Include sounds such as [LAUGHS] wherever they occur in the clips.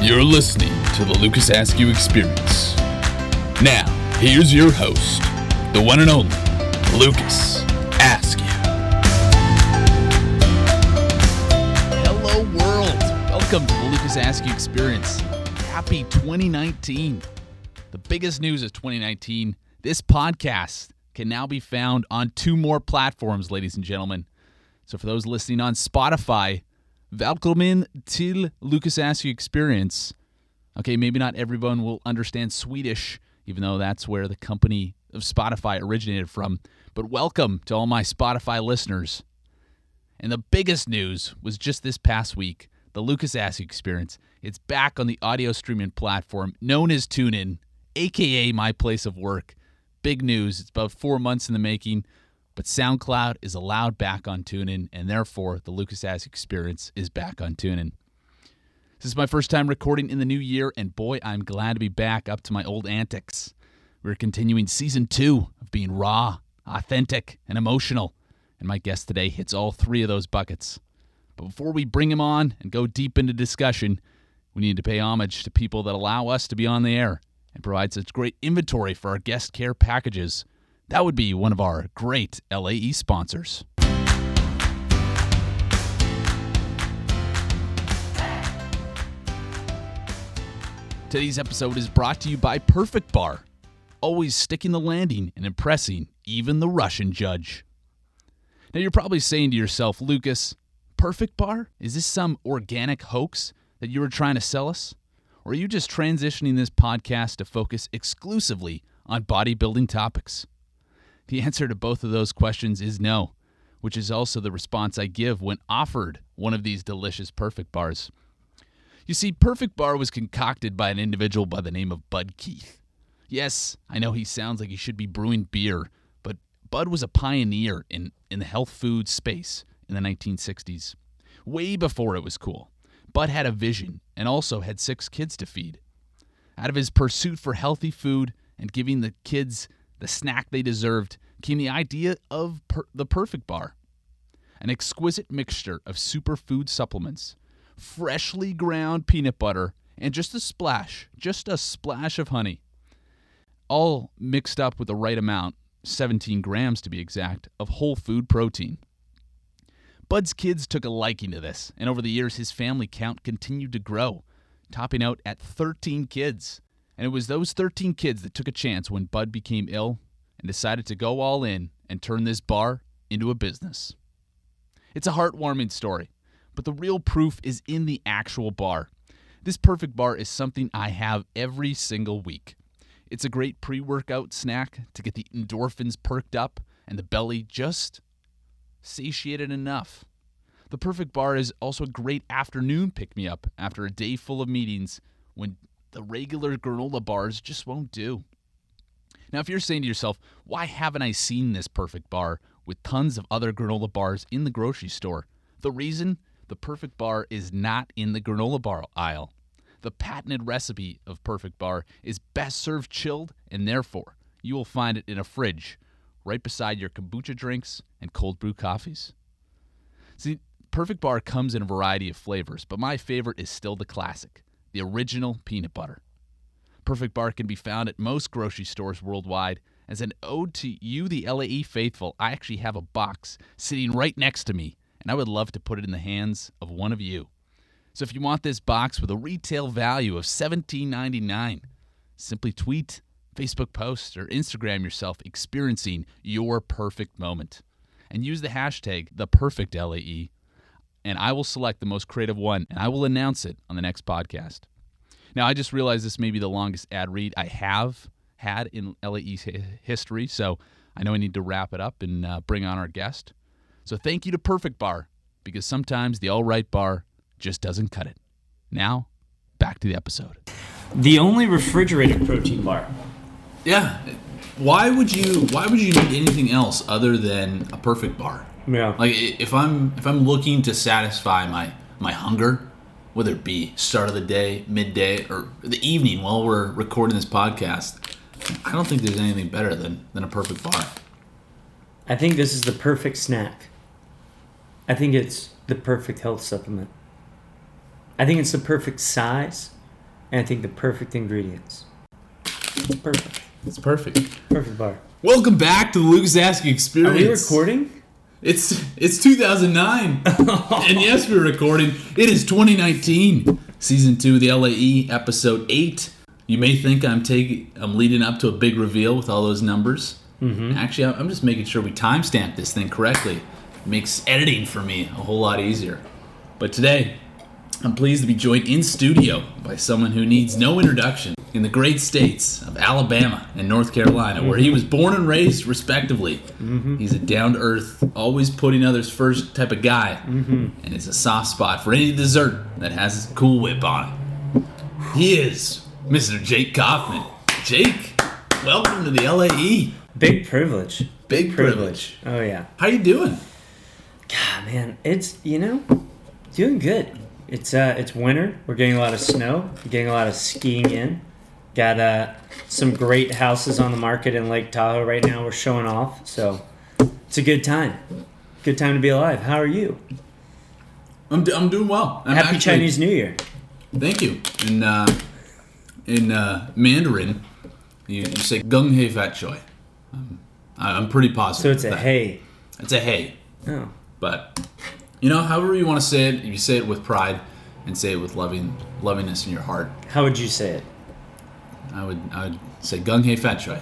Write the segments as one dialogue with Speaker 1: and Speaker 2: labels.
Speaker 1: You're listening to the Lucas Askew Experience. Now, here's your host, the one and only Lucas Askew. Hello, world. Welcome to the Lucas Askew Experience. Happy 2019. The biggest news of 2019 this podcast can now be found on two more platforms, ladies and gentlemen. So, for those listening on Spotify, Välkommen till Lucas Askew Experience. Okay, maybe not everyone will understand Swedish, even though that's where the company of Spotify originated from. But welcome to all my Spotify listeners. And the biggest news was just this past week the Lucas Askew Experience. It's back on the audio streaming platform known as TuneIn, aka my place of work. Big news. It's about four months in the making, but SoundCloud is allowed back on TuneIn, and therefore the Lucas Askew Experience is back on TuneIn. This is my first time recording in the new year, and boy, I'm glad to be back up to my old antics. We're continuing season two of being raw, authentic, and emotional, and my guest today hits all three of those buckets. But before we bring him on and go deep into discussion, we need to pay homage to people that allow us to be on the air and provide such great inventory for our guest care packages. That would be one of our great LAE sponsors. Today's episode is brought to you by Perfect Bar, always sticking the landing and impressing even the Russian judge. Now you're probably saying to yourself, Lucas, Perfect Bar? Is this some organic hoax that you were trying to sell us? Or are you just transitioning this podcast to focus exclusively on bodybuilding topics? The answer to both of those questions is no, which is also the response I give when offered one of these delicious Perfect Bars. You see, Perfect Bar was concocted by an individual by the name of Bud Keith. Yes, I know he sounds like he should be brewing beer, but Bud was a pioneer in, in the health food space in the 1960s, way before it was cool. Bud had a vision and also had six kids to feed. Out of his pursuit for healthy food and giving the kids the snack they deserved came the idea of per- the Perfect Bar, an exquisite mixture of superfood supplements, freshly ground peanut butter, and just a splash, just a splash of honey, all mixed up with the right amount, 17 grams to be exact, of whole food protein. Bud's kids took a liking to this, and over the years, his family count continued to grow, topping out at 13 kids. And it was those 13 kids that took a chance when Bud became ill and decided to go all in and turn this bar into a business. It's a heartwarming story, but the real proof is in the actual bar. This perfect bar is something I have every single week. It's a great pre workout snack to get the endorphins perked up and the belly just satiated enough. The perfect bar is also a great afternoon pick me up after a day full of meetings when the regular granola bars just won't do. Now, if you're saying to yourself, why haven't I seen this perfect bar with tons of other granola bars in the grocery store? The reason the perfect bar is not in the granola bar aisle. The patented recipe of perfect bar is best served chilled, and therefore you will find it in a fridge right beside your kombucha drinks and cold brew coffees. See, Perfect Bar comes in a variety of flavors, but my favorite is still the classic, the original peanut butter. Perfect Bar can be found at most grocery stores worldwide. As an ode to you, the LAE faithful, I actually have a box sitting right next to me, and I would love to put it in the hands of one of you. So if you want this box with a retail value of $17.99, simply tweet, Facebook post, or Instagram yourself experiencing your perfect moment. And use the hashtag the perfect LAE, and I will select the most creative one and I will announce it on the next podcast. Now, I just realized this may be the longest ad read I have had in LAE's hi- history, so I know I need to wrap it up and uh, bring on our guest. So, thank you to Perfect Bar because sometimes the all right bar just doesn't cut it. Now, back to the episode.
Speaker 2: The only refrigerated protein bar.
Speaker 1: Yeah. Why would you Why would you need anything else other than a perfect bar?
Speaker 2: Yeah.
Speaker 1: Like i- if I'm if I'm looking to satisfy my my hunger, whether it be start of the day, midday, or the evening while we're recording this podcast, I don't think there's anything better than than a perfect bar.
Speaker 2: I think this is the perfect snack. I think it's the perfect health supplement. I think it's the perfect size. and I think the perfect ingredients. Perfect.
Speaker 1: It's perfect.
Speaker 2: Perfect bar.
Speaker 1: Welcome back to the Luke Zaski
Speaker 2: Are
Speaker 1: Experience.
Speaker 2: we recording?
Speaker 1: It's it's 2009, and yes, we're recording. It is 2019, season two of the LAE, episode eight. You may think I'm taking I'm leading up to a big reveal with all those numbers. Actually, I'm I'm just making sure we timestamp this thing correctly. It makes editing for me a whole lot easier. But today, I'm pleased to be joined in studio by someone who needs no introduction in the great states of Alabama and North Carolina, where he was born and raised, respectively. He's a down to earth, always putting others first type of guy,
Speaker 2: Mm-hmm.
Speaker 1: and it's a soft spot for any dessert that has his Cool Whip on it. He is Mr. Jake Kaufman. Jake, welcome to the LAE.
Speaker 2: Big privilege.
Speaker 1: Big privilege.
Speaker 2: Oh yeah.
Speaker 1: How you doing?
Speaker 2: God Ah, man, it's you know, doing good. It's uh it's winter. We're getting a lot of snow. We're getting a lot of skiing in. Got uh some great houses on the market in Lake Tahoe right now. We're showing off. So it's a good time. Good time to be alive. How are you?
Speaker 1: I'm, do- I'm doing well. I'm
Speaker 2: Happy
Speaker 1: actually-
Speaker 2: Chinese New Year.
Speaker 1: Thank you. In uh, in uh, Mandarin, you, you say "gung hei fat choy." I'm, I'm pretty positive.
Speaker 2: So it's a
Speaker 1: of that.
Speaker 2: hey.
Speaker 1: It's a hey,
Speaker 2: Oh.
Speaker 1: but you know, however you want to say it, you say it with pride and say it with loving lovingness in your heart.
Speaker 2: How would you say it?
Speaker 1: I would I would say "gung hei fat choy."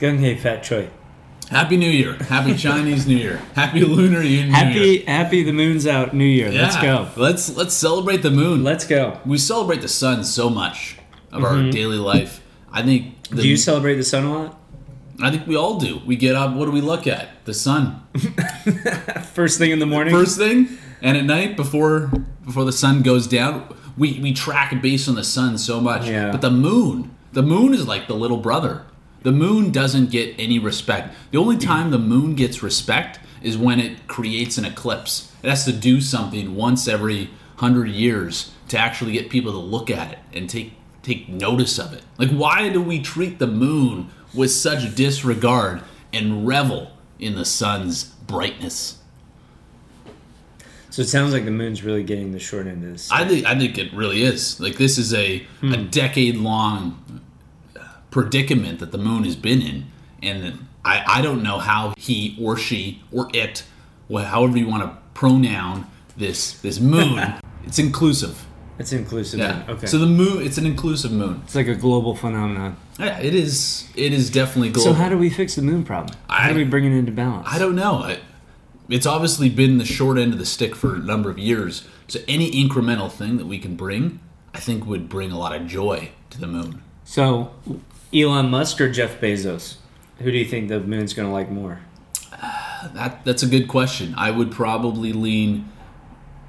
Speaker 2: Gung hei fat choi.
Speaker 1: Happy New Year. Happy Chinese New Year. Happy Lunar New Year.
Speaker 2: Happy happy the moon's out New Year.
Speaker 1: Yeah.
Speaker 2: Let's go.
Speaker 1: Let's let's celebrate the moon.
Speaker 2: Let's go.
Speaker 1: we celebrate the sun so much of our daily life. I think the,
Speaker 2: Do you celebrate the sun a lot?
Speaker 1: I think we all do. We get up. What do we look at? The sun.
Speaker 2: First thing in the morning.
Speaker 1: First thing, and at night before before the sun goes down, we we track it based on the sun so much.
Speaker 2: Yeah.
Speaker 1: But the moon, the moon is like the little brother. The moon doesn't get any respect. The only time the moon gets respect is when it creates an eclipse. It has to do something once every hundred years to actually get people to look at it and take take notice of it. Like why do we treat the moon with such disregard and revel in the sun's brightness?
Speaker 2: So it sounds like the moon's really getting the short end of this.
Speaker 1: I think I think it really is. Like this is a a
Speaker 2: Hmm.
Speaker 1: decade long predicament that the moon has been in, and I I don't know how he or she or it, wh- however you want to pronoun this this moon.
Speaker 2: [LAUGHS]
Speaker 1: it's inclusive.
Speaker 2: It's inclusive.
Speaker 1: Yeah.
Speaker 2: then. Okay.
Speaker 1: So the moon, it's an inclusive moon.
Speaker 2: it's like a global phenomenon.
Speaker 1: Yeah, it is. It is definitely global.
Speaker 2: So how do we fix the moon problem? How
Speaker 1: I-
Speaker 2: do we bring it into balance?
Speaker 1: I don't know. It, it's obviously been the short end of the stick for a number of years. So any incremental thing that we can bring, I think, would bring a lot of joy to the moon.
Speaker 2: So Elon Musk or Jeff Bezos? Who do you think the moon's going to like more?
Speaker 1: That that's a good question. I would probably lean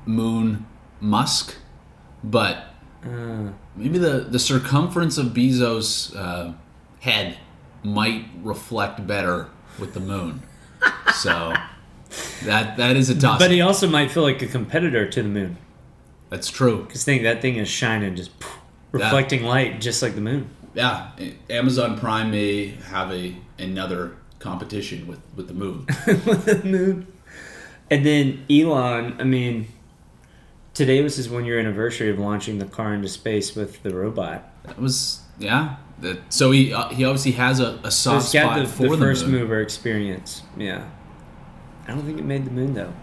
Speaker 1: Moon Musk, but
Speaker 2: Uh.
Speaker 1: maybe the the circumference of Bezos' uh, head might reflect better with the moon. so that that is a toss.
Speaker 2: But he also might feel like a competitor to the moon.
Speaker 1: that's true.
Speaker 2: Because think that thing is shining, just poof, reflecting light, just like the moon. [LAUGHS]
Speaker 1: Yeah, Amazon Prime may have a another competition with with the moon.
Speaker 2: the moon. And then Elon, I mean, today was his one year anniversary of launching the car into space with the robot.
Speaker 1: That was yeah. That, so he uh, he obviously has a, a soft
Speaker 2: It's
Speaker 1: spot
Speaker 2: got the,
Speaker 1: for
Speaker 2: the
Speaker 1: the
Speaker 2: first
Speaker 1: moon.
Speaker 2: mover experience. Yeah. I don't think it made the moon though.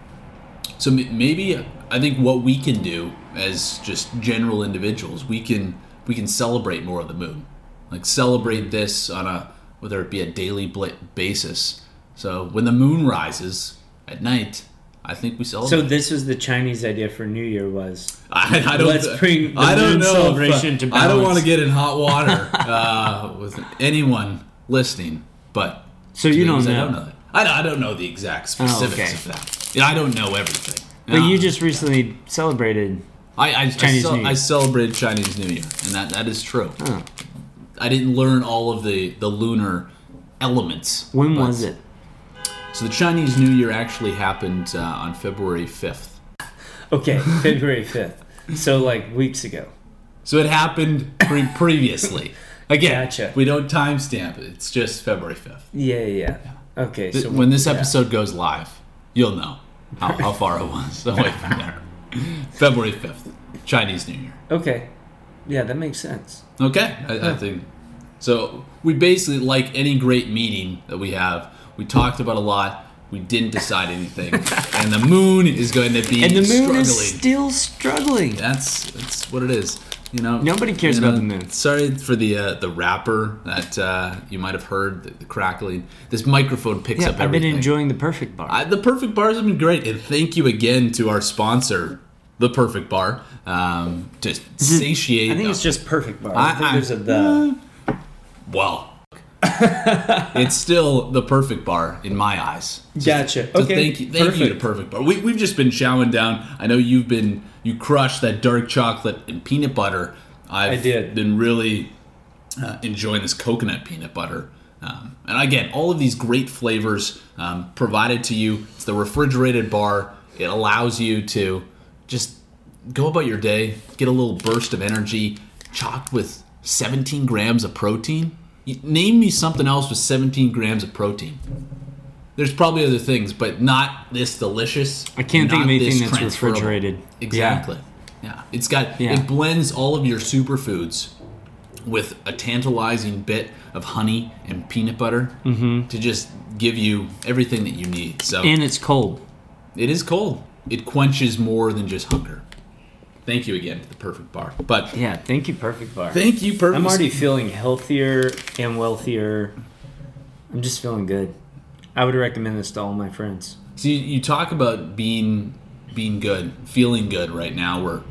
Speaker 1: So m- maybe I think what we can do as just general individuals, we can we can celebrate more of the moon, like celebrate this on a whether it be a daily bl- basis. So when the moon rises at night, I think we celebrate.
Speaker 2: So this was the Chinese idea for New Year was
Speaker 1: [LAUGHS] I, I don't.
Speaker 2: Let's bring the
Speaker 1: I don't
Speaker 2: moon
Speaker 1: know. if, uh,
Speaker 2: celebration to
Speaker 1: I don't
Speaker 2: balance.
Speaker 1: want to get in
Speaker 2: [LAUGHS]
Speaker 1: hot water uh, with anyone listening, but
Speaker 2: So you don't
Speaker 1: because I
Speaker 2: know. Oh,
Speaker 1: don't know. That. I, don't- I don't know the exact specifics
Speaker 2: okay.
Speaker 1: of that. Yeah, I don't know everything. Um,
Speaker 2: But
Speaker 1: No.
Speaker 2: you just recently celebrated
Speaker 1: I, I,
Speaker 2: Chinese
Speaker 1: I, cel-
Speaker 2: New Year.
Speaker 1: I celebrated Chinese New Year, and that, that is true.
Speaker 2: Huh.
Speaker 1: I didn't learn all of the, the lunar elements.
Speaker 2: when
Speaker 1: but-
Speaker 2: was it?
Speaker 1: So the Chinese New Year actually happened uh, on February 5th.
Speaker 2: [LAUGHS] Okay, February fifth. So like weeks ago.
Speaker 1: So it happened
Speaker 2: [LAUGHS]
Speaker 1: pre- previously. Again,
Speaker 2: Gotcha.
Speaker 1: we don't timestamp it. It's just February 5th.
Speaker 2: Yeah, yeah. yeah. Okay, so
Speaker 1: when this episode goes live, you'll know how, how [LAUGHS] far it was away from there. February 5th, Chinese New Year.
Speaker 2: Okay. Yeah, that makes sense.
Speaker 1: Okay, I, I think so. We basically, like any great meeting that we have, we talked about a lot. We didn't decide
Speaker 2: [LAUGHS]
Speaker 1: anything, and the moon is going to be
Speaker 2: And the moon
Speaker 1: struggling.
Speaker 2: is still struggling.
Speaker 1: that's that's what it is. You know,
Speaker 2: Nobody cares
Speaker 1: you know,
Speaker 2: about the moon.
Speaker 1: Sorry for the uh, the rapper that uh, you might have heard the, the crackling. This microphone picks
Speaker 2: Yeah,
Speaker 1: up
Speaker 2: I've been
Speaker 1: everything.
Speaker 2: enjoying the perfect bar.
Speaker 1: I, the Perfect Bars have been great, and thank you again to our sponsor, the Perfect Bar, um, to satiate.
Speaker 2: I think it's just perfect bar.
Speaker 1: I-
Speaker 2: I, think
Speaker 1: I- Mm.
Speaker 2: there's a the.
Speaker 1: [LAUGHS] well. it's still the perfect bar in my eyes.
Speaker 2: Gotcha.
Speaker 1: So
Speaker 2: Okay.
Speaker 1: thank you, thank you to Perfect Bar. We, we've just been chowing down. I know you've been you crushed that dark chocolate and peanut butter. I've
Speaker 2: I did.
Speaker 1: been really uh, enjoying this coconut peanut butter. Um, and again, all of these great flavors um, provided to you. It's the refrigerated bar. It allows you to just go about your day, get a little burst of energy, chocked with 17 grams of protein. You, name me something else with 17 grams of protein. There's probably other things, but not this delicious.
Speaker 2: I can't think of
Speaker 1: not
Speaker 2: anything
Speaker 1: this
Speaker 2: that's
Speaker 1: transferable.
Speaker 2: refrigerated.
Speaker 1: Exactly. Yeah. It's got
Speaker 2: Yeah.
Speaker 1: it blends all of your superfoods with a tantalizing bit of honey and peanut butter to just give you everything that you need. So
Speaker 2: Yeah. Mm-hmm. And it's cold.
Speaker 1: it is cold. It quenches more than just hunger. Thank you again to the perfect bar. But
Speaker 2: Yeah. Thank you, perfect bar.
Speaker 1: thank you perfect
Speaker 2: I'm already feeling healthier and wealthier. I'm just feeling good. I would recommend this to all my friends.
Speaker 1: See, you talk about being being good, feeling good right now. We're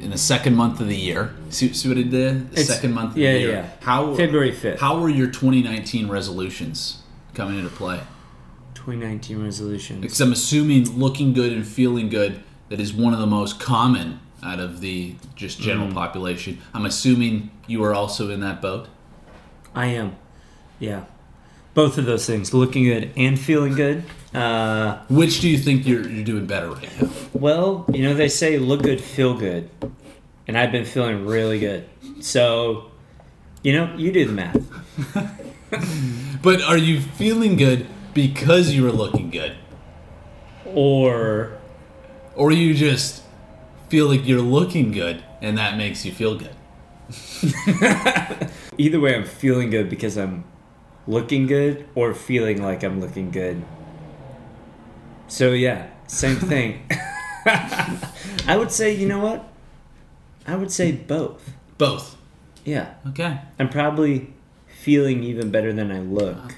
Speaker 1: in the second month of the year. See, see what I did? The
Speaker 2: It's-
Speaker 1: second month of
Speaker 2: yeah,
Speaker 1: the year.
Speaker 2: yeah.
Speaker 1: How
Speaker 2: February 5th.
Speaker 1: How were your 2019 resolutions coming into play?
Speaker 2: 2019 resolutions.
Speaker 1: Because I'm assuming looking good and feeling good that is one of the most common out of the just general
Speaker 2: Mm-hmm.
Speaker 1: population. I'm assuming you are also in that boat.
Speaker 2: I am. Yeah. Both of those things, looking good and feeling good. Uh,
Speaker 1: Which do you think you're, you're doing better right now?
Speaker 2: well, you know, they say look good, feel good. And I've been feeling really good. So, you know, you do the math.
Speaker 1: But are you feeling good because you were looking good?
Speaker 2: Or,
Speaker 1: or you just feel like you're looking good and that makes you feel good.
Speaker 2: either way, I'm feeling good because I'm looking good or feeling like I'm looking good. So, yeah, same thing. [LAUGHS] I would say, you know what? I would say both.
Speaker 1: Both.
Speaker 2: Yeah.
Speaker 1: Okay.
Speaker 2: I'm probably feeling even better than I look.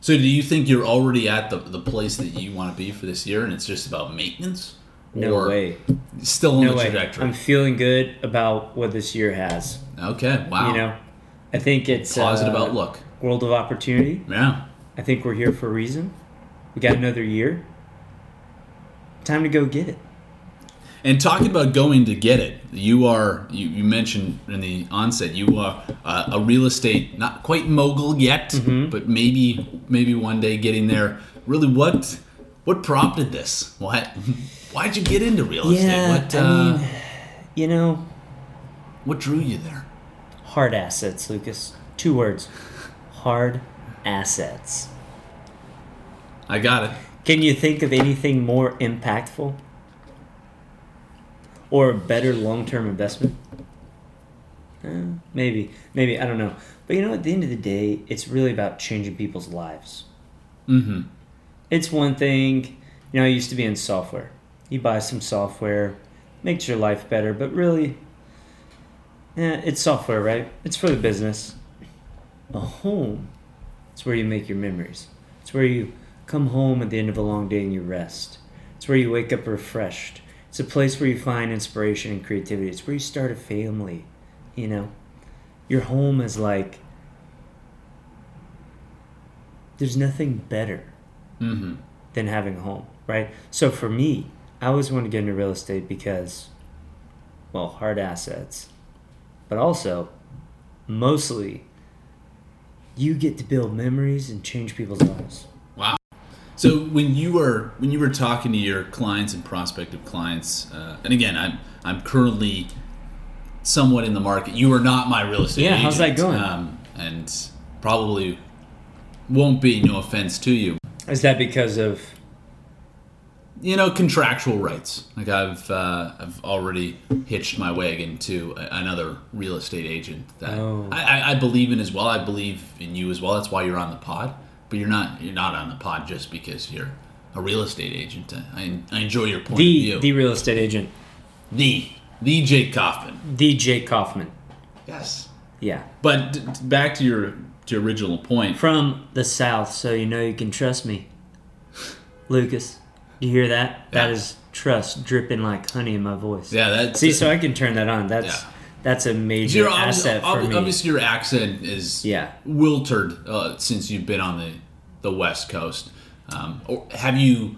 Speaker 1: So do you think you're already at the, the place that you want to be for this year and it's just about maintenance?
Speaker 2: No
Speaker 1: or
Speaker 2: way.
Speaker 1: Still on
Speaker 2: No
Speaker 1: the
Speaker 2: way.
Speaker 1: trajectory.
Speaker 2: I'm feeling good about what this year has.
Speaker 1: okay. Wow.
Speaker 2: You know, I think it's
Speaker 1: Ah. Positive
Speaker 2: uh,
Speaker 1: outlook.
Speaker 2: world of opportunity.
Speaker 1: Yeah.
Speaker 2: I think we're here for a reason. We got another year. Time to go get it.
Speaker 1: And talking about going to get it, you are you, you mentioned in the onset you are uh, a real estate not quite mogul yet,
Speaker 2: Mm-hmm.
Speaker 1: but maybe maybe one day getting there. Really, what what prompted this? What [LAUGHS] why'd you get into real
Speaker 2: Yeah,
Speaker 1: estate? What
Speaker 2: I
Speaker 1: uh,
Speaker 2: mean- You know,
Speaker 1: what drew you there?
Speaker 2: hard assets, Lucas. Two words. Hard assets.
Speaker 1: I got it.
Speaker 2: Can you think of anything more impactful? Or a better long term investment? Uh, maybe. Maybe. I don't know. But you know, at the end of the day, it's really about changing people's lives.
Speaker 1: Mm-hmm.
Speaker 2: It's one thing, you know, I used to be in software. You buy some software, makes your life better, but really, yeah, it's software, right? It's for the business. A home, it's where you make your memories. It's where you come home at the end of a long day and you rest. It's where you wake up refreshed. It's a place where you find inspiration and creativity. It's where you start a family, you know? Your home is like, there's nothing better
Speaker 1: Mm-hmm.
Speaker 2: than having a home, right? So for me, I always want to get into real estate because, well, hard assets, but also, mostly, you get to build memories and change people's lives.
Speaker 1: Wow. So when you were when you were talking to your clients and prospective clients, uh, and again, I'm I'm currently somewhat in the market. You are not my real estate.
Speaker 2: Yeah, how's that
Speaker 1: agent,
Speaker 2: going?
Speaker 1: Um, and probably won't be. No offense to you.
Speaker 2: Is that because of
Speaker 1: you know, contractual rights. Like I've uh, I've already hitched my wagon to a, another real estate agent that
Speaker 2: Oh.
Speaker 1: I, I, I believe in as well. I believe in you as well. That's why you're on the pod. But you're not you're not on the pod just because you're a real estate agent. I, I, I enjoy your point
Speaker 2: The
Speaker 1: of
Speaker 2: the
Speaker 1: view.
Speaker 2: real estate agent,
Speaker 1: The the Jake Kaufman.
Speaker 2: the Jake Kaufman.
Speaker 1: Yes.
Speaker 2: Yeah,
Speaker 1: But d- d- back to your to your original point.
Speaker 2: from the South, so you know you can trust me, Lucas. You hear that? That
Speaker 1: Yeah.
Speaker 2: is trust dripping like honey in my voice.
Speaker 1: Yeah, that's
Speaker 2: See, so I can turn that on. That's
Speaker 1: Yeah.
Speaker 2: that's a major
Speaker 1: Your obvi-
Speaker 2: asset for
Speaker 1: obvi-
Speaker 2: me.
Speaker 1: Obviously, your accent is
Speaker 2: Yeah.
Speaker 1: wilted uh, since you've been on the the West Coast. Um, or have you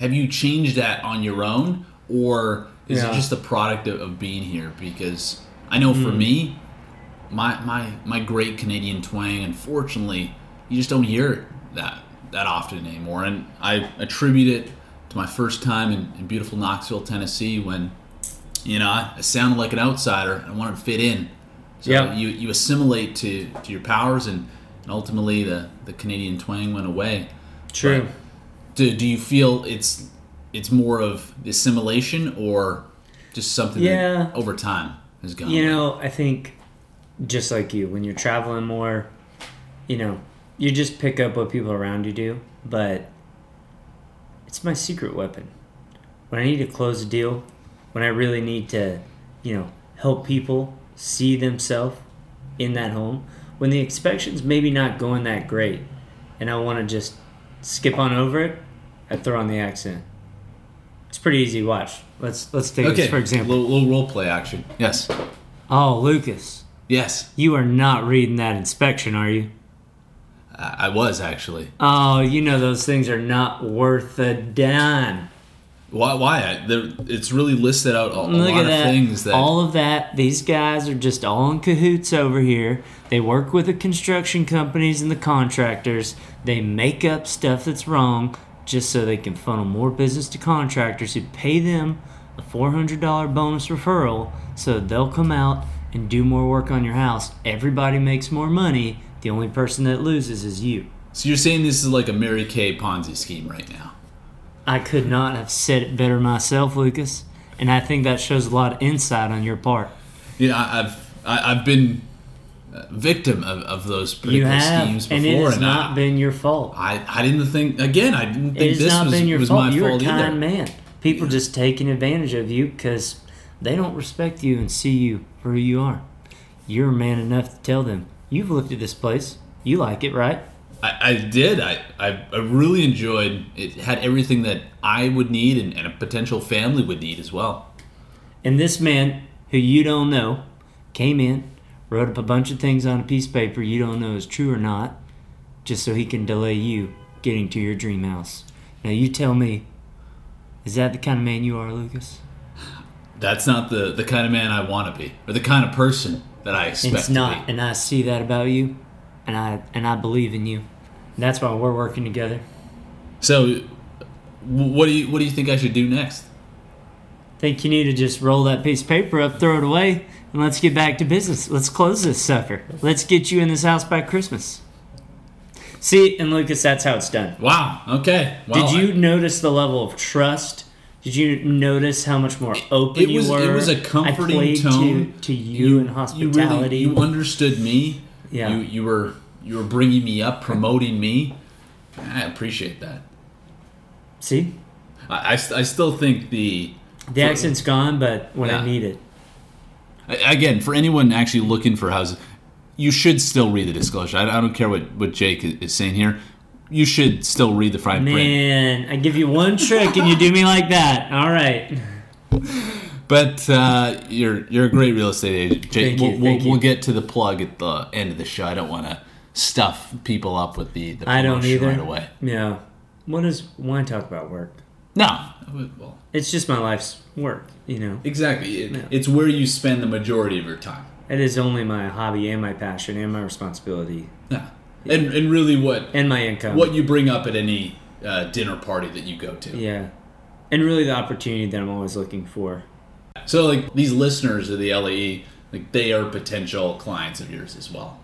Speaker 1: have you changed that on your own, or is
Speaker 2: Yeah.
Speaker 1: it just the product of, of being here? Because I know for me, my my my great Canadian twang, unfortunately, you just don't hear it that that often anymore. And I attribute it to my first time in, in beautiful Knoxville, Tennessee, when you know I, I sounded like an outsider. I wanted to fit in. So
Speaker 2: Yeah.
Speaker 1: you you assimilate to, to your powers, and, and ultimately the the Canadian twang went away.
Speaker 2: True.
Speaker 1: Do do you feel it's it's more of assimilation or just something
Speaker 2: Yeah.
Speaker 1: that over time has gone?
Speaker 2: You know, I think just like you, when you're traveling more, you know, you just pick up what people around you do, but it's my secret weapon. When I need to close a deal, when I really need to, you know, help people see themselves in that home, when the inspection's maybe not going that great and I want to just skip on over it, I throw on the accent. It's pretty easy to watch. Let's let's take
Speaker 1: okay,
Speaker 2: this for example.
Speaker 1: little, little role play action. Yes,
Speaker 2: Oh, Lucas.
Speaker 1: yes,
Speaker 2: You are not reading that inspection, are you?
Speaker 1: I, I was actually.
Speaker 2: Oh, you know those things are not worth a dime.
Speaker 1: Why? Why? I, there, it's really listed out a, a
Speaker 2: Look
Speaker 1: lot
Speaker 2: at
Speaker 1: of
Speaker 2: that.
Speaker 1: things that
Speaker 2: All of that. These guys are just all in cahoots over here. They work with the construction companies and the contractors. They make up stuff that's wrong just so they can funnel more business to contractors who pay them a $400 bonus referral so they'll come out and do more work on your house. Everybody makes more money. The only person that loses is you.
Speaker 1: So you're saying this is like a Mary Kay Ponzi scheme right now?
Speaker 2: I could not have said it better myself, Lucas. And I think that shows a lot of insight on your part.
Speaker 1: You know, I, I've I, I've been a victim of, of those
Speaker 2: You
Speaker 1: political
Speaker 2: have,
Speaker 1: schemes before,
Speaker 2: and it has not
Speaker 1: I,
Speaker 2: been your fault.
Speaker 1: I, I didn't think again. I didn't
Speaker 2: It
Speaker 1: think
Speaker 2: has
Speaker 1: this
Speaker 2: not
Speaker 1: was,
Speaker 2: been your
Speaker 1: was
Speaker 2: fault.
Speaker 1: my
Speaker 2: You're
Speaker 1: fault
Speaker 2: a
Speaker 1: either.
Speaker 2: kind man. People just taking advantage of you because they don't respect you and see you for who you are. You're man enough to tell them you've looked at this place. You like it, right?
Speaker 1: I, I did. I, I I really enjoyed. It had everything that I would need and, and a potential family would need as well.
Speaker 2: And this man, who you don't know, came in, wrote up a bunch of things on a piece of paper you don't know is true or not, just so he can delay you getting to your dream house. Now you tell me, is that the kind of man you are, Lucas?
Speaker 1: That's not the the kind of man I want to be, or the kind of person that I expect.
Speaker 2: It's
Speaker 1: To
Speaker 2: not,
Speaker 1: be.
Speaker 2: and I see that about you, and I and I believe in you. And that's why we're working together.
Speaker 1: So, w- what do you what do you think I should do next?
Speaker 2: Think you need to just roll that piece of paper up, throw it away, and let's get back to business. Let's close this sucker. Let's get you in this house by Christmas. See, and Lucas, that's how it's done.
Speaker 1: Wow. Okay. Wow,
Speaker 2: Did
Speaker 1: I-
Speaker 2: you notice the level of trust? Did you notice how much more open
Speaker 1: it was-
Speaker 2: you were?
Speaker 1: it was a comforting
Speaker 2: I played
Speaker 1: tone.
Speaker 2: to, to you, and hospitality.
Speaker 1: You, really, you understood me.
Speaker 2: Yeah.
Speaker 1: You you were you were bringing me up, promoting me. I appreciate that.
Speaker 2: See,
Speaker 1: I, I, st- I still think the
Speaker 2: the accent's gone, but when I
Speaker 1: Yeah.
Speaker 2: need it,
Speaker 1: I- again for anyone actually looking for houses, you should still read the disclosure. I, I don't care what what Jake is, is saying here. You should still read the fine print.
Speaker 2: man, I give you one trick and you do me like that. All right,
Speaker 1: But uh, you're you're a great real estate agent, Jake.
Speaker 2: Thank you,
Speaker 1: we'll,
Speaker 2: thank
Speaker 1: we'll,
Speaker 2: you.
Speaker 1: we'll get to the plug at the end of the show. I don't want to stuff people up with the, the
Speaker 2: I don't
Speaker 1: promotion
Speaker 2: either.
Speaker 1: right away.
Speaker 2: Yeah, what is why talk about work?
Speaker 1: No. Well,
Speaker 2: It's just my life's work, you know.
Speaker 1: Exactly. It, It's where you spend the majority of your time.
Speaker 2: It is only my hobby and my passion and my responsibility
Speaker 1: Yeah. And, and really what
Speaker 2: and my income.
Speaker 1: what you bring up at any uh, dinner party that you go to.
Speaker 2: Yeah, and really the opportunity that I'm always looking for.
Speaker 1: So like these listeners of the LAE, like they are potential clients of yours as well.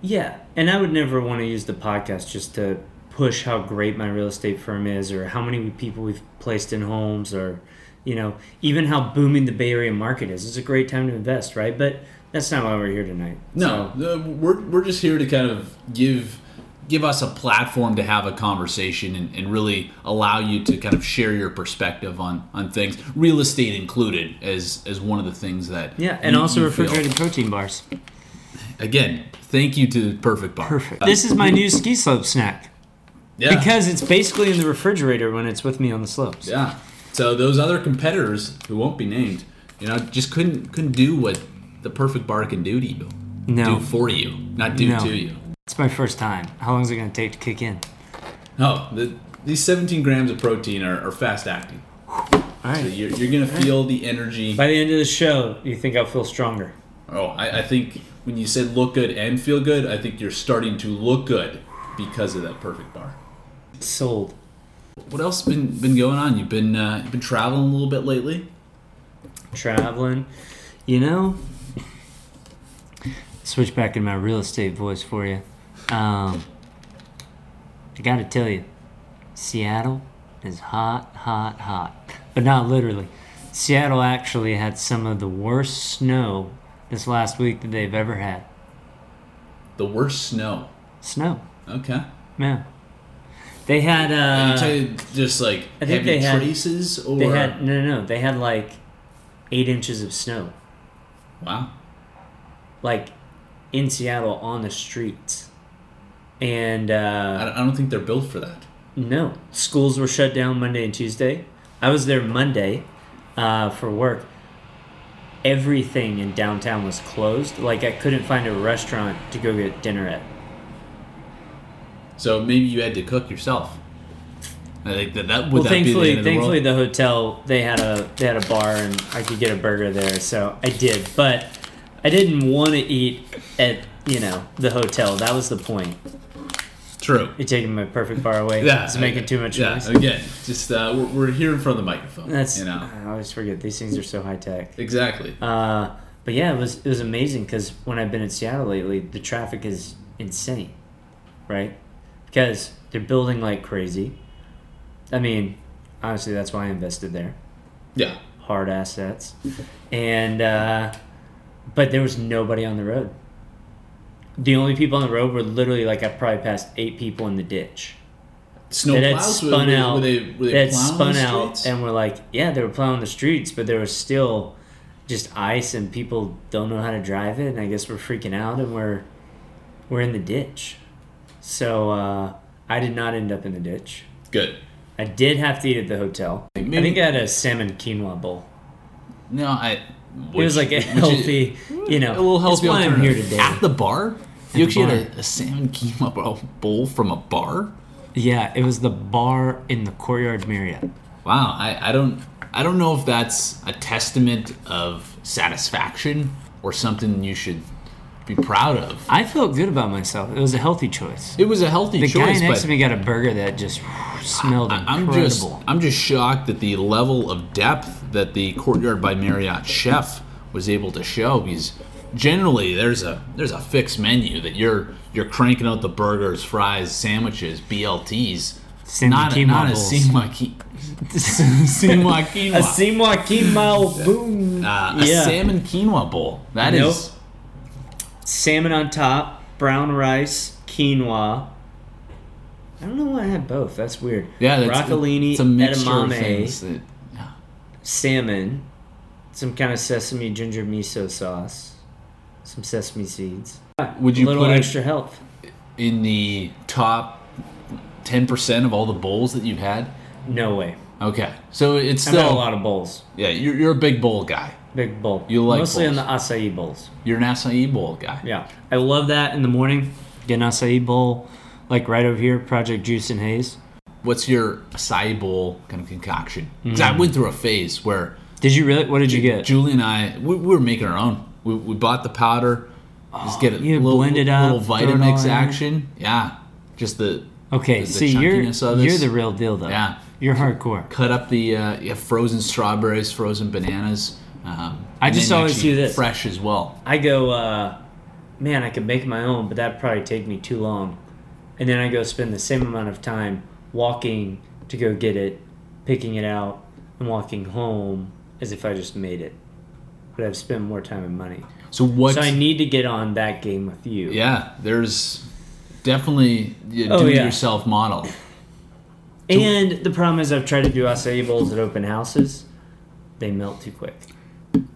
Speaker 2: Yeah, and I would never want to use the podcast just to push how great my real estate firm is or how many people we've placed in homes or you know even how booming the bay area market is it's a great time to invest right but that's not why we're here tonight
Speaker 1: No, uh, we're, we're just here to kind of give give us a platform to have a conversation and, and really allow you to kind of share your perspective on on things, real estate included, as as one of the things that
Speaker 2: yeah and
Speaker 1: you-
Speaker 2: also
Speaker 1: you feel.
Speaker 2: refrigerated protein bars
Speaker 1: Again, thank you to Perfect Bar. Uh,
Speaker 2: perfect this is my new ski slope snack
Speaker 1: Yeah.
Speaker 2: because it's basically in the refrigerator when it's with me on the slopes
Speaker 1: Yeah. So those other competitors who won't be named, you know, just couldn't couldn't do what the perfect bar can do to you.
Speaker 2: No.
Speaker 1: Do for you, not do
Speaker 2: No.
Speaker 1: to you.
Speaker 2: it's my first time how long is it going to take to kick in
Speaker 1: No, the, these 17 grams of protein are, are fast acting.
Speaker 2: all
Speaker 1: So
Speaker 2: right
Speaker 1: you're, you're gonna feel the energy.
Speaker 2: by the end of the show you think i'll feel stronger
Speaker 1: Oh, I, I think when you said look good and feel good, I think you're starting to look good because of that perfect bar.
Speaker 2: sold
Speaker 1: What else been been going on? You've been uh, you've been traveling a little bit lately.
Speaker 2: traveling. You know, switch back in my real estate voice for you. Um, I gotta tell you, Seattle is hot, hot, hot. But not literally. Seattle actually had some of the worst snow this last week that they've ever had.
Speaker 1: The worst snow.
Speaker 2: Snow,
Speaker 1: Okay.
Speaker 2: yeah. They had. Uh,
Speaker 1: you tell you just like
Speaker 2: I
Speaker 1: heavy
Speaker 2: think they had-
Speaker 1: traces or
Speaker 2: they had no, no, no. They had like eight inches of snow,
Speaker 1: wow.
Speaker 2: like in Seattle on the streets, and uh,
Speaker 1: I don't, I don't think they're built for that.
Speaker 2: No, schools were shut down Monday and Tuesday. I was there Monday uh, for work. Everything in downtown was closed. Like I couldn't find a restaurant to go get dinner at.
Speaker 1: So maybe you had to cook yourself. I think that that would
Speaker 2: well,
Speaker 1: that
Speaker 2: thankfully,
Speaker 1: be the end of the
Speaker 2: thankfully
Speaker 1: world?
Speaker 2: the hotel they had a they had a bar and I could get a burger there, so I did. But I didn't want to eat at you know the hotel. That was the point.
Speaker 1: True.
Speaker 2: You're taking my perfect bar away.
Speaker 1: Yeah,
Speaker 2: it's making too much
Speaker 1: yeah,
Speaker 2: noise.
Speaker 1: Again, just uh, we're, we're here in front of the microphone.
Speaker 2: That's
Speaker 1: you know
Speaker 2: I always forget these things are so high tech.
Speaker 1: exactly.
Speaker 2: Uh, but yeah, it was it was amazing because when I've been in Seattle lately, the traffic is insane, right? Because they're building like crazy. I mean, honestly, that's why I invested there.
Speaker 1: yeah.
Speaker 2: Hard assets, and uh, but there was nobody on the road. The only people on the road were literally like I probably passed eight people in the ditch
Speaker 1: Snow
Speaker 2: that had
Speaker 1: plows, were-
Speaker 2: spun
Speaker 1: were,
Speaker 2: out.
Speaker 1: Were they, were they
Speaker 2: that had
Speaker 1: plowing
Speaker 2: spun
Speaker 1: the
Speaker 2: out
Speaker 1: streets?
Speaker 2: and were like, yeah, they were plowing the streets, but there was still just ice and people don't know how to drive it, and I guess we're freaking out and we're we're in the ditch. So uh, I did not end up in the ditch.
Speaker 1: good.
Speaker 2: I did have to eat at the hotel. I think I had a salmon quinoa bowl.
Speaker 1: No, I.
Speaker 2: It was like a healthy, you
Speaker 1: a
Speaker 2: know.
Speaker 1: little healthy
Speaker 2: That's why I'm here
Speaker 1: alternative.
Speaker 2: today.
Speaker 1: At the bar, you
Speaker 2: the
Speaker 1: actually
Speaker 2: bar.
Speaker 1: had a, a salmon quinoa bowl- bowl from a bar.
Speaker 2: yeah, it was the bar in the Courtyard Marriott.
Speaker 1: Wow, I, I don't I don't know if that's a testament of satisfaction or something you should be proud of.
Speaker 2: I felt good about myself. It was a healthy choice.
Speaker 1: It was a healthy
Speaker 2: The
Speaker 1: choice,
Speaker 2: guy next
Speaker 1: but
Speaker 2: to me got a burger that just smelled
Speaker 1: I- I'm
Speaker 2: incredible.
Speaker 1: just I'm just shocked at the level of depth that the Courtyard by Marriott chef was able to show because generally there's a there's a fixed menu that you're you're cranking out the burgers, fries, sandwiches, BLTs.
Speaker 2: Salmon
Speaker 1: not a,
Speaker 2: quinoa
Speaker 1: not a
Speaker 2: bowls.
Speaker 1: Sima qui- [LAUGHS]
Speaker 2: [LAUGHS]
Speaker 1: Sima quinoa.
Speaker 2: a Seymour Kimmel boom.
Speaker 1: Uh, a
Speaker 2: yeah.
Speaker 1: salmon quinoa bowl. That is.
Speaker 2: Nope. Salmon on top, brown rice, quinoa. I don't know why I had both. That's weird.
Speaker 1: Yeah, that's,
Speaker 2: broccolini,
Speaker 1: it's a mixture of things
Speaker 2: edamame,
Speaker 1: that- yeah.
Speaker 2: salmon, some kind of sesame ginger miso sauce, some sesame seeds,
Speaker 1: Would
Speaker 2: a
Speaker 1: you
Speaker 2: little
Speaker 1: put
Speaker 2: extra help.
Speaker 1: it in the top ten percent of all the bowls that you've had?
Speaker 2: No way.
Speaker 1: Okay, so it's
Speaker 2: I've had a
Speaker 1: still
Speaker 2: lot of bowls.
Speaker 1: yeah. You're, you're a big bowl guy.
Speaker 2: Big bowl.
Speaker 1: You like
Speaker 2: mostly
Speaker 1: bowls.
Speaker 2: on the acai bowls.
Speaker 1: You're an acai bowl guy.
Speaker 2: Yeah, I love that in the morning. Get an acai bowl, like right over here, Project Juice and Haze.
Speaker 1: What's your acai bowl kind of concoction? 'Cause
Speaker 2: Mm-hmm.
Speaker 1: I went through a phase where
Speaker 2: Did you really? What did you get?
Speaker 1: Julie and I we, we were making our own. We, we bought the powder. Just get a
Speaker 2: Oh, you
Speaker 1: little,
Speaker 2: blend it
Speaker 1: little
Speaker 2: up, throw it all
Speaker 1: Vitamix
Speaker 2: in.
Speaker 1: action. Yeah, just the
Speaker 2: Okay,
Speaker 1: the
Speaker 2: see, you're
Speaker 1: chunkiness of
Speaker 2: you're
Speaker 1: this.
Speaker 2: the real deal though.
Speaker 1: Yeah.
Speaker 2: you're hardcore.
Speaker 1: cut up the uh, yeah, frozen strawberries, frozen bananas. Um,
Speaker 2: I
Speaker 1: and
Speaker 2: just
Speaker 1: then
Speaker 2: always
Speaker 1: actually
Speaker 2: do this.
Speaker 1: fresh as well.
Speaker 2: I go, uh, man, I could make my own, but that'd probably take me too long. and then I go spend the same amount of time walking to go get it, picking it out, and walking home as if I just made it. But I've spent more time and money.
Speaker 1: So what?
Speaker 2: So I need to get on that game with you.
Speaker 1: yeah, there's definitely a
Speaker 2: Oh, yeah.
Speaker 1: do-it-yourself model.
Speaker 2: And the problem is I've tried to do acai bowls at open houses. They melt too quick.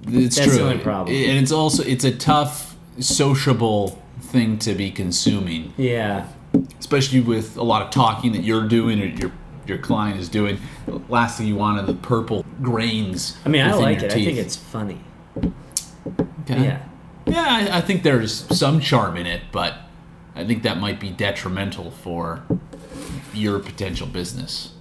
Speaker 1: It's
Speaker 2: That's
Speaker 1: true.
Speaker 2: the only problem.
Speaker 1: And it's also it's a tough sociable thing to be consuming,
Speaker 2: Yeah.
Speaker 1: especially with a lot of talking that you're doing or your your client is doing. Last thing you want are the purple grains.
Speaker 2: I mean, I
Speaker 1: within
Speaker 2: like
Speaker 1: your
Speaker 2: it. I
Speaker 1: teeth.
Speaker 2: think it's funny.
Speaker 1: Okay.
Speaker 2: Yeah.
Speaker 1: Yeah, I, I think there's some charm in it, but I think that might be detrimental for your potential business,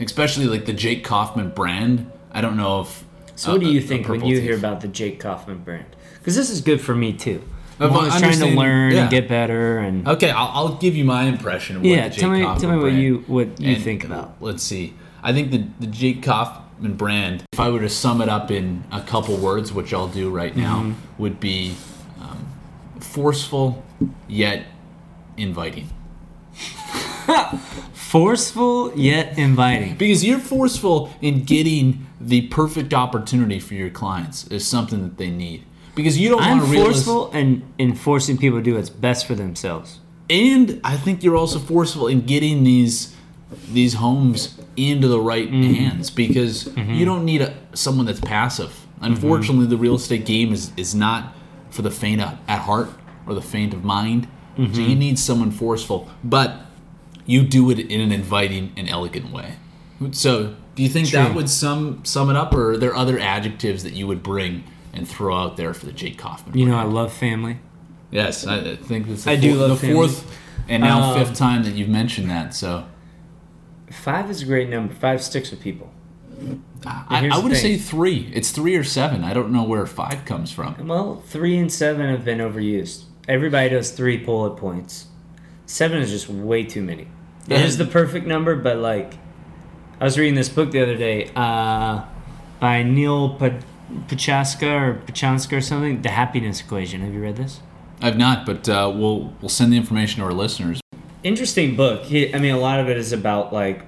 Speaker 1: especially like the Jake Kaufman brand. I don't know if.
Speaker 2: So what
Speaker 1: uh,
Speaker 2: do you
Speaker 1: uh,
Speaker 2: think when
Speaker 1: Purple
Speaker 2: you
Speaker 1: Teeth-
Speaker 2: hear about the Jake Kaufman brand? Because this is good for me too.
Speaker 1: Of
Speaker 2: I'm always trying
Speaker 1: Uh,
Speaker 2: to
Speaker 1: understanding-
Speaker 2: learn
Speaker 1: yeah.
Speaker 2: and get better and
Speaker 1: Okay, I'll, I'll give you my impression. Of what
Speaker 2: yeah.
Speaker 1: the Jake
Speaker 2: Tell me,
Speaker 1: Kaufman
Speaker 2: tell me what
Speaker 1: brand-
Speaker 2: you what you
Speaker 1: and
Speaker 2: think about.
Speaker 1: Let's see. I think the the Jake Kaufman brand, if I were to sum it up in a couple words, which I'll do right now,
Speaker 2: Mm-hmm.
Speaker 1: would be um, forceful yet inviting.
Speaker 2: Forceful yet inviting.
Speaker 1: Because you're forceful in getting the perfect opportunity for your clients is something that they need. Because you don't
Speaker 2: I'm
Speaker 1: want to realist-
Speaker 2: forceful and and forcing people to do what's best for themselves.
Speaker 1: and I think you're also forceful in getting these these homes into the right hands because you don't need a, someone that's passive. Unfortunately, the real estate game is is not for the faint of- at heart or the faint of mind. So you need someone forceful, but you do it in an inviting and elegant way. So, do you think that
Speaker 2: True.
Speaker 1: would sum sum it up, or are there other adjectives that you would bring and throw out there for the Jake Kaufman?
Speaker 2: You know, I love family.
Speaker 1: Yes, I I think this is the,
Speaker 2: I do
Speaker 1: fourth-
Speaker 2: love Um,
Speaker 1: the fourth and now fifth time that you've mentioned that. So
Speaker 2: Five is a great number. Five sticks with people.
Speaker 1: I,
Speaker 2: here's
Speaker 1: I
Speaker 2: the
Speaker 1: would say
Speaker 2: thing.
Speaker 1: three. It's three or seven. I don't know where five comes from.
Speaker 2: Well, three and seven have been overused. Everybody does three bullet points. Seven is just way too many. It is the perfect number, but like, I was reading this book the other day uh, by Neil Pa- Pachaska or Pachanska or something, The Happiness Equation. Have you read this?
Speaker 1: I've not, but uh, we'll we'll send the information to our listeners.
Speaker 2: Interesting book. He, I mean, a lot of it is about like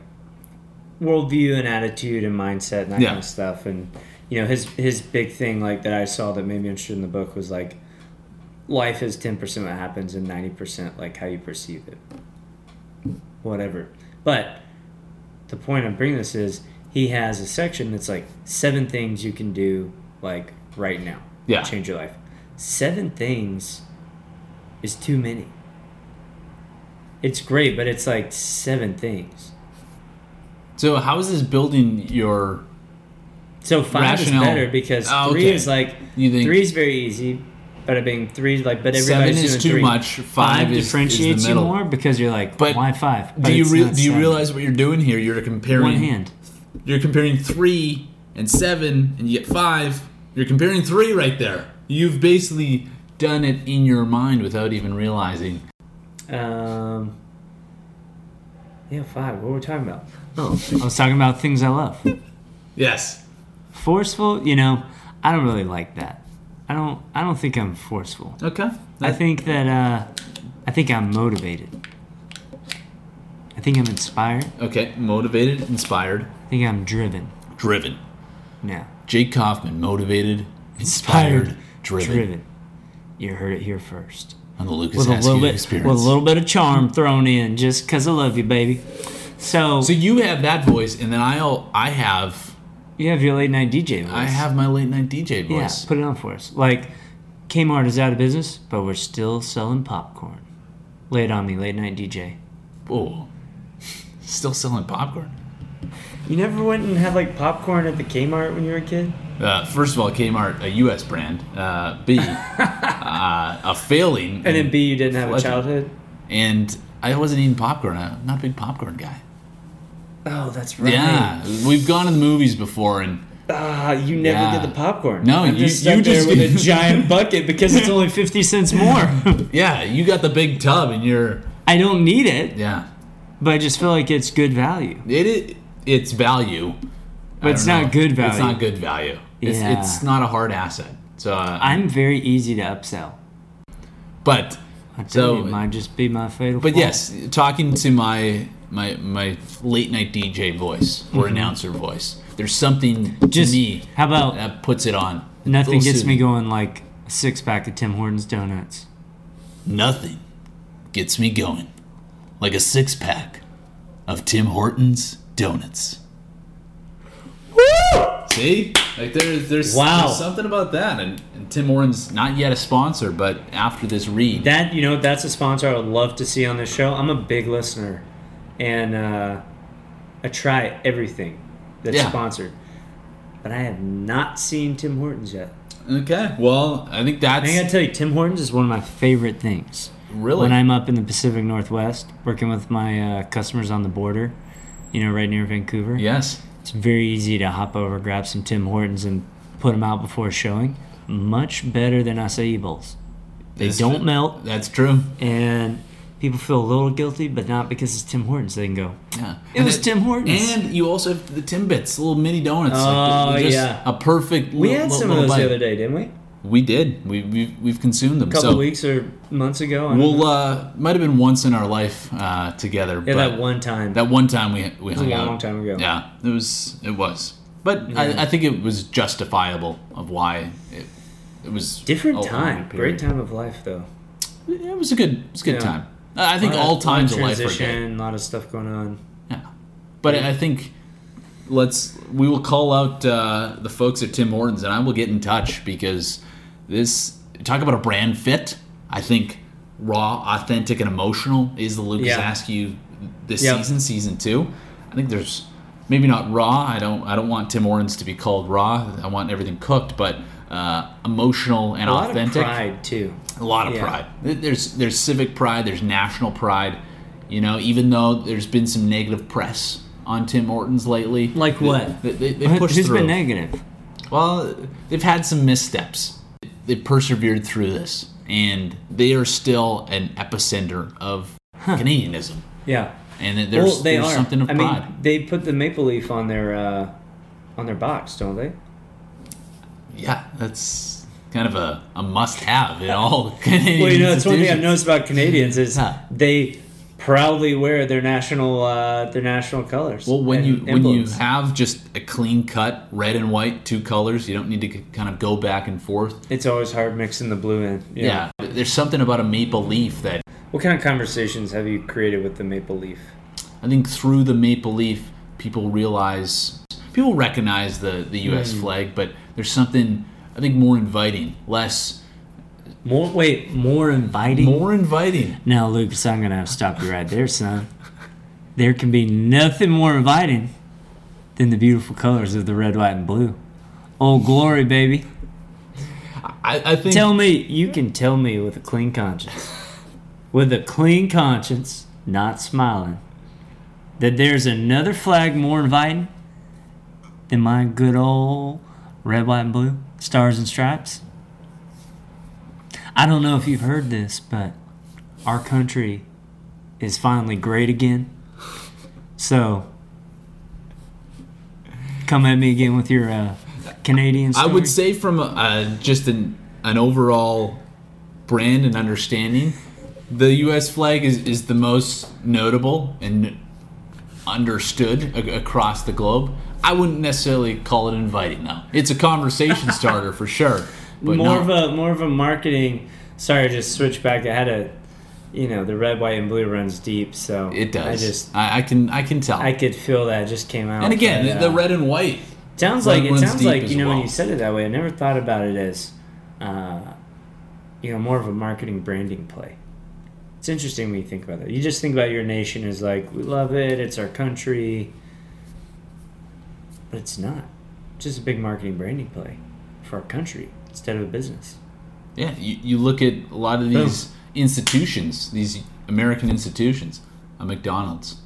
Speaker 2: worldview and attitude and mindset and that
Speaker 1: Yeah.
Speaker 2: kind of stuff. And you know, his his big thing like that I saw that made me interested in the book was like life is ten percent what happens and ninety percent like how you perceive it. Whatever. But the point I'm bringing this is he has a section that's like seven things you can do like right now.
Speaker 1: Yeah.
Speaker 2: to Change your life. Seven things is too many. It's great, but it's like seven things.
Speaker 1: So how is this building your?
Speaker 2: So five
Speaker 1: Rationale.
Speaker 2: is better because
Speaker 1: Oh,
Speaker 2: three
Speaker 1: okay.
Speaker 2: is like
Speaker 1: You think-
Speaker 2: three is very easy. But I mean, three is like, but
Speaker 1: Seven
Speaker 2: everybody's
Speaker 1: is
Speaker 2: doing
Speaker 1: too
Speaker 2: three.
Speaker 1: much. Five,
Speaker 2: Five,
Speaker 1: is, is the
Speaker 2: differentiates you
Speaker 1: middle.
Speaker 2: more because you're like,
Speaker 1: But
Speaker 2: why five?
Speaker 1: Do
Speaker 2: But
Speaker 1: you
Speaker 2: it's
Speaker 1: re-
Speaker 2: not
Speaker 1: do you
Speaker 2: seven.
Speaker 1: realize what you're doing here? You're comparing
Speaker 2: one hand?
Speaker 1: You're comparing three and seven, and you get five. You're comparing three right there. You've basically done it in your mind without even realizing.
Speaker 2: Um, yeah, five. What were we talking about? Oh, I was talking about things I love.
Speaker 1: Yes.
Speaker 2: Forceful, you know, I don't really like that. I don't. I don't think I'm forceful.
Speaker 1: Okay.
Speaker 2: I think that. uh I think I'm motivated. I think I'm inspired.
Speaker 1: Okay. Motivated, inspired,
Speaker 2: I think I'm driven.
Speaker 1: driven.
Speaker 2: Now.
Speaker 1: Jake Kaufman, motivated, inspired, driven,
Speaker 2: You heard it here first.
Speaker 1: on the Lucas
Speaker 2: With a little
Speaker 1: Askew
Speaker 2: bit,
Speaker 1: experience.
Speaker 2: with a little bit of charm thrown in, just 'cause I love you, baby. So,
Speaker 1: so you have that voice, and then I'll I have
Speaker 2: you have your late night DJ voice.
Speaker 1: I have my late night DJ
Speaker 2: Yeah,
Speaker 1: voice.
Speaker 2: put it on for us. Like, Kmart is out of business, but we're still selling popcorn. Lay it on me, late night DJ.
Speaker 1: Oh, [LAUGHS] still selling popcorn.
Speaker 2: You never went and had like popcorn at the Kmart when you were a kid?
Speaker 1: Uh, first of all, Kmart, a U.S. brand. Uh,
Speaker 2: [LAUGHS]
Speaker 1: B, uh, a failing.
Speaker 2: And then B, you didn't have a
Speaker 1: Wasn't.
Speaker 2: childhood.
Speaker 1: And I wasn't eating popcorn. I'm not a big popcorn guy.
Speaker 2: Oh, that's right.
Speaker 1: Yeah, we've gone to the movies before, and
Speaker 2: Ah, you never
Speaker 1: Yeah.
Speaker 2: did the popcorn.
Speaker 1: No,
Speaker 2: I'm
Speaker 1: you-
Speaker 2: just
Speaker 1: you
Speaker 2: stuck there
Speaker 1: just- [LAUGHS]
Speaker 2: with a giant bucket because it's only fifty cents more.
Speaker 1: yeah, you got the big tub, and you're
Speaker 2: I don't need it,
Speaker 1: yeah.
Speaker 2: but I just feel like it's good value.
Speaker 1: It, it it's value,
Speaker 2: But
Speaker 1: I
Speaker 2: it's
Speaker 1: don't
Speaker 2: not good
Speaker 1: It's
Speaker 2: value.
Speaker 1: not good value. It's,
Speaker 2: Yeah.
Speaker 1: it's not a hard asset. So, uh,
Speaker 2: I'm very easy to upsell.
Speaker 1: but
Speaker 2: I tell
Speaker 1: So-
Speaker 2: you, it might just be my fatal.
Speaker 1: But
Speaker 2: flaw.
Speaker 1: yes, talking to my my my late night DJ voice or announcer voice, there's something to
Speaker 2: Mm-hmm. Just-
Speaker 1: me Uh,
Speaker 2: how about-
Speaker 1: that puts it on.
Speaker 2: nothing
Speaker 1: Little
Speaker 2: gets me
Speaker 1: soothing.
Speaker 2: going like a six pack of Tim Hortons donuts.
Speaker 1: Nothing gets me going like a six pack of Tim Hortons donuts. Woo! See, like there's there's,
Speaker 2: Wow.
Speaker 1: there's something about that, and, and Tim Hortons not yet a sponsor, but after this read,
Speaker 2: That you know, that's a sponsor I would love to see on this show. I'm a big listener, and uh, I try everything that's
Speaker 1: Yeah.
Speaker 2: sponsored. But I have not seen Tim Hortons yet.
Speaker 1: okay. Well, I think that's
Speaker 2: I gotta tell you, Tim Hortons is one of my favorite things.
Speaker 1: really
Speaker 2: When I'm up in the Pacific Northwest, working with my uh, customers on the border, you know, right near Vancouver,
Speaker 1: yes.
Speaker 2: it's very easy to hop over, grab some Tim Hortons, and put them out before showing. Much better than acai They
Speaker 1: That's
Speaker 2: don't
Speaker 1: true.
Speaker 2: melt.
Speaker 1: That's true.
Speaker 2: and people feel a little guilty, but not because it's Tim Hortons. They can go,
Speaker 1: Yeah.
Speaker 2: It was Tim Hortons.
Speaker 1: And you also have the Timbits, little mini donuts.
Speaker 2: Oh,
Speaker 1: they're just
Speaker 2: yeah.
Speaker 1: A perfect
Speaker 2: we had some of those the other
Speaker 1: day.
Speaker 2: day, didn't we? A
Speaker 1: We did. We, we've, we've consumed them.
Speaker 2: couple
Speaker 1: so
Speaker 2: weeks or months ago. I don't know.
Speaker 1: We'll, uh, might have been once in our life uh, together. but
Speaker 2: yeah, that one time.
Speaker 1: That one time we, we hung
Speaker 2: a
Speaker 1: out.
Speaker 2: long time ago.
Speaker 1: Yeah. It was. It was. But I, I think it was justifiable of why it, it was. a
Speaker 2: Different
Speaker 1: longer
Speaker 2: time.
Speaker 1: Oh,
Speaker 2: Great
Speaker 1: period.
Speaker 2: time of life, though.
Speaker 1: It was a good, it was a good
Speaker 2: Yeah.
Speaker 1: time. I I think
Speaker 2: Lot of-
Speaker 1: all times
Speaker 2: lot
Speaker 1: of
Speaker 2: of
Speaker 1: life are good.
Speaker 2: transition, A lot of stuff going on.
Speaker 1: Yeah. But I think let's we will call out uh, the folks at Tim Hortons and I will get in touch because this talk about a brand fit. I think raw, authentic, and emotional is the Lucas
Speaker 2: Yeah.
Speaker 1: Askew this
Speaker 2: Yeah.
Speaker 1: season, season two. I think there's maybe not raw. I don't I don't want Tim Hortons to be called raw. I want everything cooked, but uh, emotional and
Speaker 2: A lot
Speaker 1: authentic
Speaker 2: of pride too.
Speaker 1: a lot of
Speaker 2: Yeah.
Speaker 1: pride. Th- There's there's civic pride. There's national pride. You know, even though there's been some negative press on Tim Hortons lately,
Speaker 2: Like what?
Speaker 1: they, they, they
Speaker 2: Who-
Speaker 1: pushed
Speaker 2: Who's
Speaker 1: through.
Speaker 2: been negative?
Speaker 1: Well, they've had some missteps. They persevered through this, and they are still an epicenter of Canadianism.
Speaker 2: Yeah.
Speaker 1: And that there's,
Speaker 2: well, they
Speaker 1: there's
Speaker 2: are.
Speaker 1: something of
Speaker 2: I
Speaker 1: pride.
Speaker 2: mean, they put the maple leaf on their uh, on their box, don't they?
Speaker 1: yeah, that's kind of a, a must-have in all [LAUGHS] Canadian
Speaker 2: Well, you know, that's one thing I've
Speaker 1: institutions.
Speaker 2: noticed about Canadians is
Speaker 1: Huh.
Speaker 2: they proudly wear their national uh, their national colors.
Speaker 1: Well, when
Speaker 2: and
Speaker 1: you when you
Speaker 2: emblems.
Speaker 1: have just a clean cut red and white, two colors, you don't need to c- kind of go back and forth.
Speaker 2: it's always hard mixing the blue in. you know.
Speaker 1: Yeah, there's something about a maple leaf that
Speaker 2: What kind of conversations have you created with the maple leaf?
Speaker 1: I think through the maple leaf, people realize people recognize the the U.S.
Speaker 2: Hmm.
Speaker 1: flag, but there's something I think more inviting, less
Speaker 2: More wait, more inviting.
Speaker 1: more inviting.
Speaker 2: Now, Lucas, I'm gonna have to stop you right there, son. There can be nothing more inviting than the beautiful colors of the red, white, and blue. Old glory, baby.
Speaker 1: I, I think
Speaker 2: Tell me, you can tell me with a clean
Speaker 1: [LAUGHS]
Speaker 2: conscience, with a clean conscience, not smiling, that there's another flag more inviting than my good old red, white, and blue stars and stripes. I don't know if you've heard this, but our country is finally great again. So come at me again with your uh, Canadian.
Speaker 1: I
Speaker 2: Story.
Speaker 1: would say from uh, just an an overall brand and understanding, the U.S. flag is, is the most notable and understood a- across the globe. I wouldn't necessarily call it inviting though. It's a
Speaker 2: [LAUGHS]
Speaker 1: conversation starter for sure. But not-
Speaker 2: more of a more of a marketing. Sorry, I just switched back. I had a, you know, the red, white, and blue runs deep, so
Speaker 1: it does.
Speaker 2: I just
Speaker 1: I, I can I can tell.
Speaker 2: I could feel that it just came out.
Speaker 1: and again,
Speaker 2: but,
Speaker 1: the
Speaker 2: uh,
Speaker 1: red and white.
Speaker 2: sounds
Speaker 1: red
Speaker 2: like it
Speaker 1: runs
Speaker 2: sounds
Speaker 1: deep
Speaker 2: like
Speaker 1: as
Speaker 2: you know when
Speaker 1: well.
Speaker 2: you said it that way. I never thought about it as, uh, you know, more of a marketing branding play. It's interesting when you think about that. You just think about your nation as like we love it, it's our country, but it's not. It's just a big marketing branding play for our country instead of a business.
Speaker 1: Yeah, you, you look at a lot of these institutions, these American institutions, a McDonald's,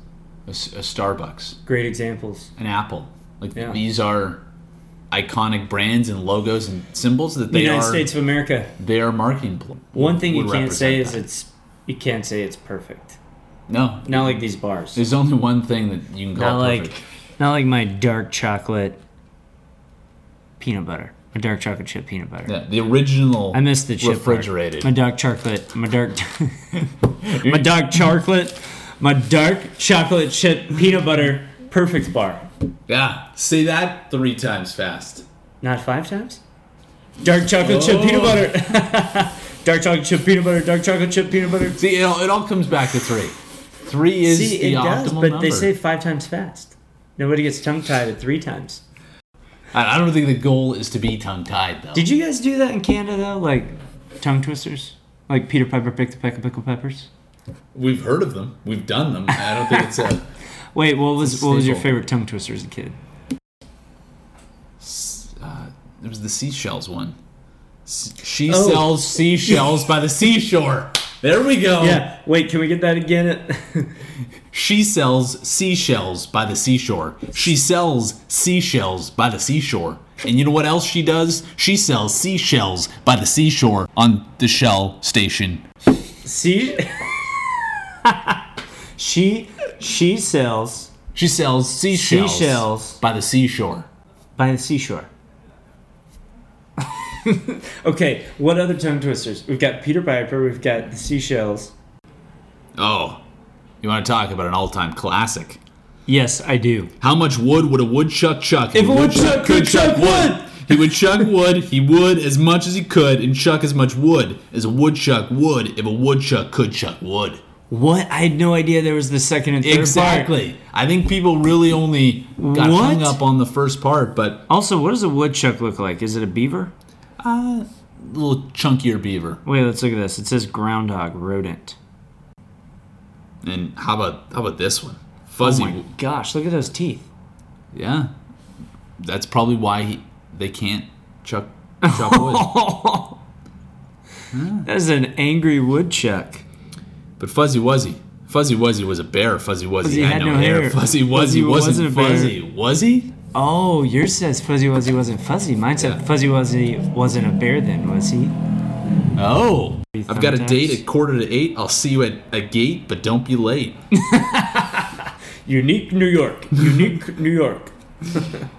Speaker 1: a s a a Starbucks.
Speaker 2: Great examples.
Speaker 1: an apple. Like
Speaker 2: Yeah.
Speaker 1: these are iconic brands and logos and symbols that
Speaker 2: The
Speaker 1: they
Speaker 2: United
Speaker 1: are
Speaker 2: States of America.
Speaker 1: they are marketing. Pl-
Speaker 2: One thing you
Speaker 1: would
Speaker 2: can't say
Speaker 1: represent
Speaker 2: is
Speaker 1: that.
Speaker 2: it's you can't say it's perfect.
Speaker 1: no.
Speaker 2: Not like these bars.
Speaker 1: There's only one thing that you can call
Speaker 2: not like
Speaker 1: perfect.
Speaker 2: not like my dark chocolate peanut butter. My dark chocolate chip peanut butter.
Speaker 1: Yeah, the original.
Speaker 2: I missed the chip. part.
Speaker 1: refrigerated.
Speaker 2: My dark chocolate. My
Speaker 1: [LAUGHS]
Speaker 2: dark. [LAUGHS] my dark chocolate. My dark chocolate chip peanut butter perfect bar.
Speaker 1: Yeah, say that three times fast.
Speaker 2: Not five times. Dark chocolate chip
Speaker 1: Oh.
Speaker 2: peanut butter. [LAUGHS] dark chocolate chip peanut butter. Dark chocolate chip peanut butter.
Speaker 1: See, it all, it all comes back to three. Three is
Speaker 2: See,
Speaker 1: the
Speaker 2: it
Speaker 1: optimal
Speaker 2: does, but
Speaker 1: number.
Speaker 2: they say five times fast. Nobody gets tongue tied at three times.
Speaker 1: I I don't think the goal is to be tongue tied though.
Speaker 2: Did you guys do that in Canada though? Like tongue twisters? Like Peter Piper picked a peck of pickle peppers?
Speaker 1: We've heard of them. We've done them. I don't think it's
Speaker 2: [LAUGHS]
Speaker 1: a
Speaker 2: Wait, what was what was your
Speaker 1: staple.
Speaker 2: favorite tongue twister as a kid?
Speaker 1: uh, it was the seashells one. S- She
Speaker 2: Oh.
Speaker 1: sells seashells by the seashore. There we go.
Speaker 2: Yeah. Wait, can we get that again? [LAUGHS]
Speaker 1: She sells seashells by the seashore. She sells seashells by the seashore. And you know what else she does? She sells seashells by the seashore on the Shell station.
Speaker 2: See, [LAUGHS] she she sells
Speaker 1: She sells seashells,
Speaker 2: Seashells.
Speaker 1: by the seashore.
Speaker 2: by the seashore. [LAUGHS] okay, what other tongue twisters? We've got Peter Piper. We've got the seashells.
Speaker 1: Oh, you want to talk about an all-time classic?
Speaker 2: Yes, I do.
Speaker 1: How much wood would a woodchuck chuck?
Speaker 2: If a woodchuck could chuck wood!
Speaker 1: he would
Speaker 2: [LAUGHS]
Speaker 1: chuck wood. He would as much as he could, and chuck as much wood as a woodchuck would if a woodchuck could chuck wood.
Speaker 2: What? I had no idea there was the second and third part.
Speaker 1: Exactly. I think people really only got
Speaker 2: What?
Speaker 1: hung up on the first part, but
Speaker 2: Also, what does a woodchuck look like? Is it a beaver?
Speaker 1: uh, a little chunkier beaver.
Speaker 2: Wait, let's look at this. It says groundhog rodent.
Speaker 1: And how about how about this one?
Speaker 2: Oh
Speaker 1: Fuzzy.
Speaker 2: my gosh, look at those teeth. [LAUGHS]
Speaker 1: yeah, that's probably why he, they can't
Speaker 2: [LAUGHS]
Speaker 1: chuck chuck wood.
Speaker 2: That is an angry woodchuck.
Speaker 1: But Fuzzy Wuzzy, Fuzzy Wuzzy was a bear. Fuzzy Wuzzy
Speaker 2: Fuzzy
Speaker 1: had, no hair. Fuzzy Wuzzy
Speaker 2: Fuzzy
Speaker 1: wasn't,
Speaker 2: wasn't a bear.
Speaker 1: fuzzy, was he?
Speaker 2: Oh, yours says Fuzzy Wuzzy wasn't fuzzy. Mine said
Speaker 1: Yeah.
Speaker 2: Fuzzy Wuzzy wasn't a bear then, was he?
Speaker 1: Oh,
Speaker 2: Three
Speaker 1: I've got a
Speaker 2: thumbtacks.
Speaker 1: date at quarter to eight. I'll see you at a gate, but don't be late.
Speaker 2: Unique New York. [LAUGHS] Unique New York.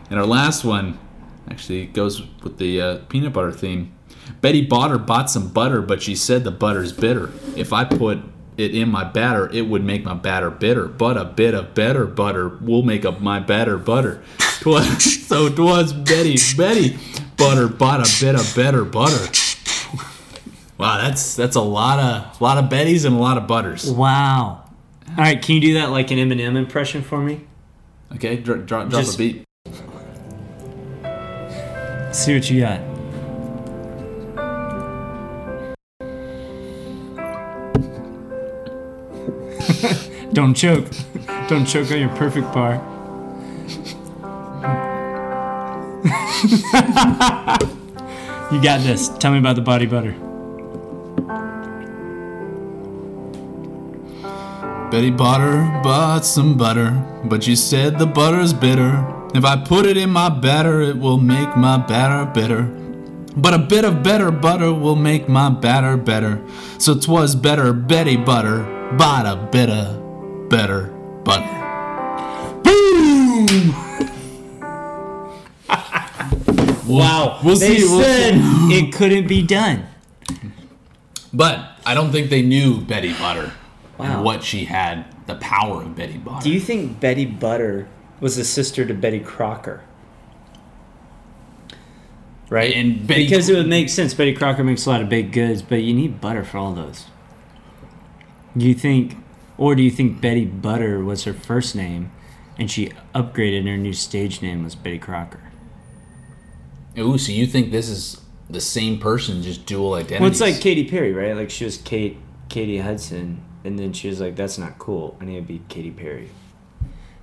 Speaker 1: And our last one actually goes with the uh, peanut butter theme. Betty Botter bought some butter, but she said the butter's bitter. If I put it in my batter, it would make my batter bitter. But a bit of better butter will make up my batter butter. [LAUGHS] 'Twas, so 'twas Betty, Betty Butter bought a bit of better butter. Wow, that's that's a lot of lot of Bettys and a lot of butters.
Speaker 2: Wow. All right, can you do that like an Eminem impression for me?
Speaker 1: Okay, dr- dr- drop
Speaker 2: Just-
Speaker 1: a beat.
Speaker 2: See what you got. [LAUGHS] Don't choke. Don't choke on your perfect bar. [LAUGHS] you got this. Tell me about the body butter.
Speaker 1: Betty Butter bought some butter, but she said the butter's bitter. If I put it in my batter, it will make my batter bitter. But a bit of better butter will make my batter better. So 'twas better Betty Butter bought a bit of better butter. Boom!
Speaker 2: [LAUGHS]
Speaker 1: wow. We'll
Speaker 2: They
Speaker 1: see. We'll
Speaker 2: said
Speaker 1: see.
Speaker 2: it couldn't be done.
Speaker 1: But I don't think they knew Betty Butter
Speaker 2: Wow.
Speaker 1: and what she had, the power of Betty Butter.
Speaker 2: Do you think Betty Butter was a sister to Betty Crocker? Right?
Speaker 1: And Betty-
Speaker 2: because it would make sense. Betty Crocker makes a lot of baked goods, but you need butter for all those. You think, or do you think Betty Butter was her first name, and she upgraded and her new stage name was Betty Crocker?
Speaker 1: Ooh, so you think this is the same person, just dual identities?
Speaker 2: Well, it's like Katy Perry, right? Like she was Kate, Katie Hudson, and then she was like, "That's not cool. I need to be Katy Perry."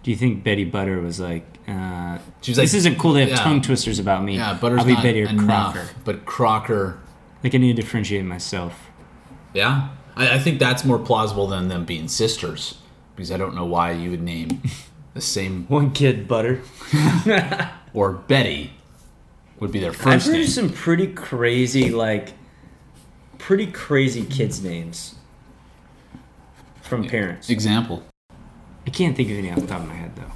Speaker 2: Do you think Betty Butter was like, uh,
Speaker 1: She was
Speaker 2: "This
Speaker 1: like,
Speaker 2: isn't cool. They have
Speaker 1: yeah.
Speaker 2: tongue twisters about me.
Speaker 1: yeah, Butter's
Speaker 2: I'll be
Speaker 1: not
Speaker 2: Betty or
Speaker 1: enough,
Speaker 2: Crocker.
Speaker 1: but Crocker,
Speaker 2: Like I need to differentiate myself."
Speaker 1: yeah, I, I think that's more plausible than them being sisters, because I don't know why you would
Speaker 2: [LAUGHS]
Speaker 1: name the same
Speaker 2: One kid, Butter.
Speaker 1: or Betty would be their 1st
Speaker 2: I've heard
Speaker 1: name.
Speaker 2: of some pretty crazy, like, pretty crazy kids' names from parents.
Speaker 1: Example:
Speaker 2: I can't think of any off the top of my head though.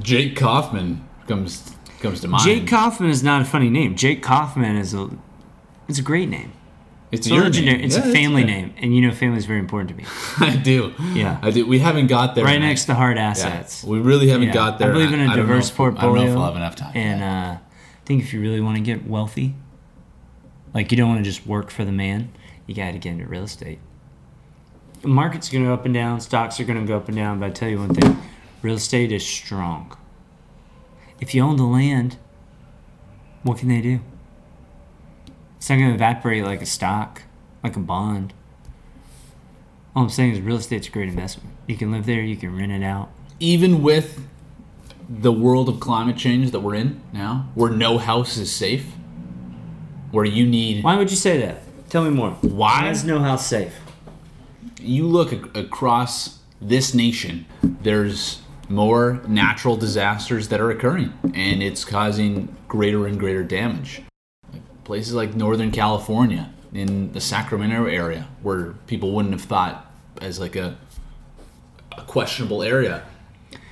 Speaker 1: Jake Kaufman comes comes to mind.
Speaker 2: Jake Kaufman is not a funny name. Jake Kaufman is a it's a great name.
Speaker 1: It's
Speaker 2: It's a
Speaker 1: your
Speaker 2: legendary.
Speaker 1: name.
Speaker 2: It's
Speaker 1: Yeah,
Speaker 2: a family
Speaker 1: right.
Speaker 2: name, and you know family is very important to me.
Speaker 1: [LAUGHS] I do.
Speaker 2: Yeah.
Speaker 1: I do. We haven't got there.
Speaker 2: Right
Speaker 1: man.
Speaker 2: next to hard
Speaker 1: Yeah.
Speaker 2: assets.
Speaker 1: We really haven't
Speaker 2: Yeah.
Speaker 1: got there.
Speaker 2: I believe in
Speaker 1: a
Speaker 2: a diverse portfolio.
Speaker 1: I don't know if we'll have enough time.
Speaker 2: And uh, I think if you really want to get wealthy, like you don't want to just work for the man, you got to get into real estate. The market's going to go up and down. Stocks are going to go up and down. But I tell you one thing, real estate is strong. If you own the land, what can they do? It's not going to evaporate like a stock, like a bond. All I'm saying is real estate's a great investment. You can live there. You can rent it out.
Speaker 1: Even with the world of climate change that we're in now, where no house is safe, where you need
Speaker 2: Why would you say that? Tell me more.
Speaker 1: why
Speaker 2: Guys know how safe.
Speaker 1: you look ac- across this nation, there's more natural disasters that are occurring, and it's causing greater and greater damage. Places like Northern California, in the Sacramento area, where people wouldn't have thought as like a, a questionable area,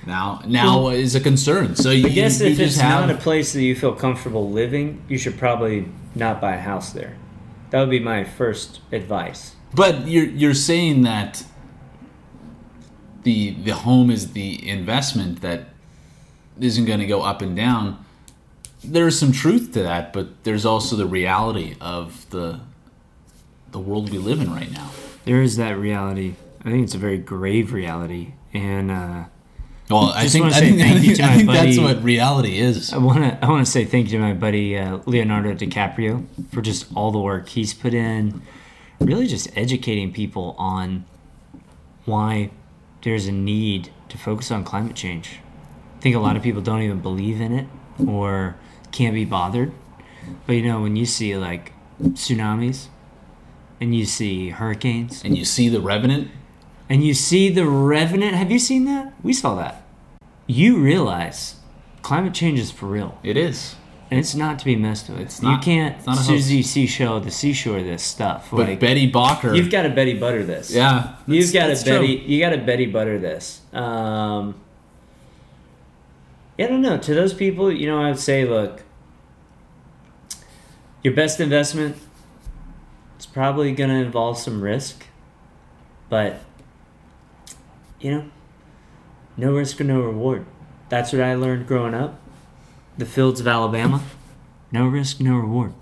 Speaker 1: now now is a concern. So you,
Speaker 2: I guess
Speaker 1: you
Speaker 2: if
Speaker 1: just
Speaker 2: it's
Speaker 1: have,
Speaker 2: not a place that you feel comfortable living, you should probably not buy a house there. That would be my first advice.
Speaker 1: But you're you're saying that the the home is the investment that isn't going to go up and down. There's some truth to that, but there's also the reality of the the world we live in right now.
Speaker 2: There is that reality. I think it's a very grave reality, and uh,
Speaker 1: Well, I
Speaker 2: Just
Speaker 1: think
Speaker 2: wanna
Speaker 1: I
Speaker 2: [LAUGHS] say
Speaker 1: think,
Speaker 2: thank you to
Speaker 1: I
Speaker 2: my
Speaker 1: think that's
Speaker 2: buddy. Oh.
Speaker 1: what reality is.
Speaker 2: I want to I want to say thank you to my buddy uh, Leonardo DiCaprio for just all the work he's put in, really just educating people on why there's a need to focus on climate change. I think a lot of people don't even believe in it or can't be bothered. But you know when you see like tsunamis and you see hurricanes
Speaker 1: And you see the revenant.
Speaker 2: and you see the revenant, have you seen that? We saw that. You realize climate change is for real.
Speaker 1: It is.
Speaker 2: And it's not to be messed with.
Speaker 1: It's not-
Speaker 2: you can't
Speaker 1: it's not a
Speaker 2: Susie Seashell the seashore this stuff.
Speaker 1: But
Speaker 2: like
Speaker 1: Betty Bocker.
Speaker 2: you've got to Betty Butter this.
Speaker 1: yeah,
Speaker 2: you've got
Speaker 1: that's
Speaker 2: to
Speaker 1: true.
Speaker 2: Betty. You got to Betty Butter this. Um, yeah, I don't know. To those people, you know, I would say, look, your best investment. It's probably going to involve some risk, but you know, no risk or no reward. That's what I learned growing up. The fields of Alabama, no risk, no reward.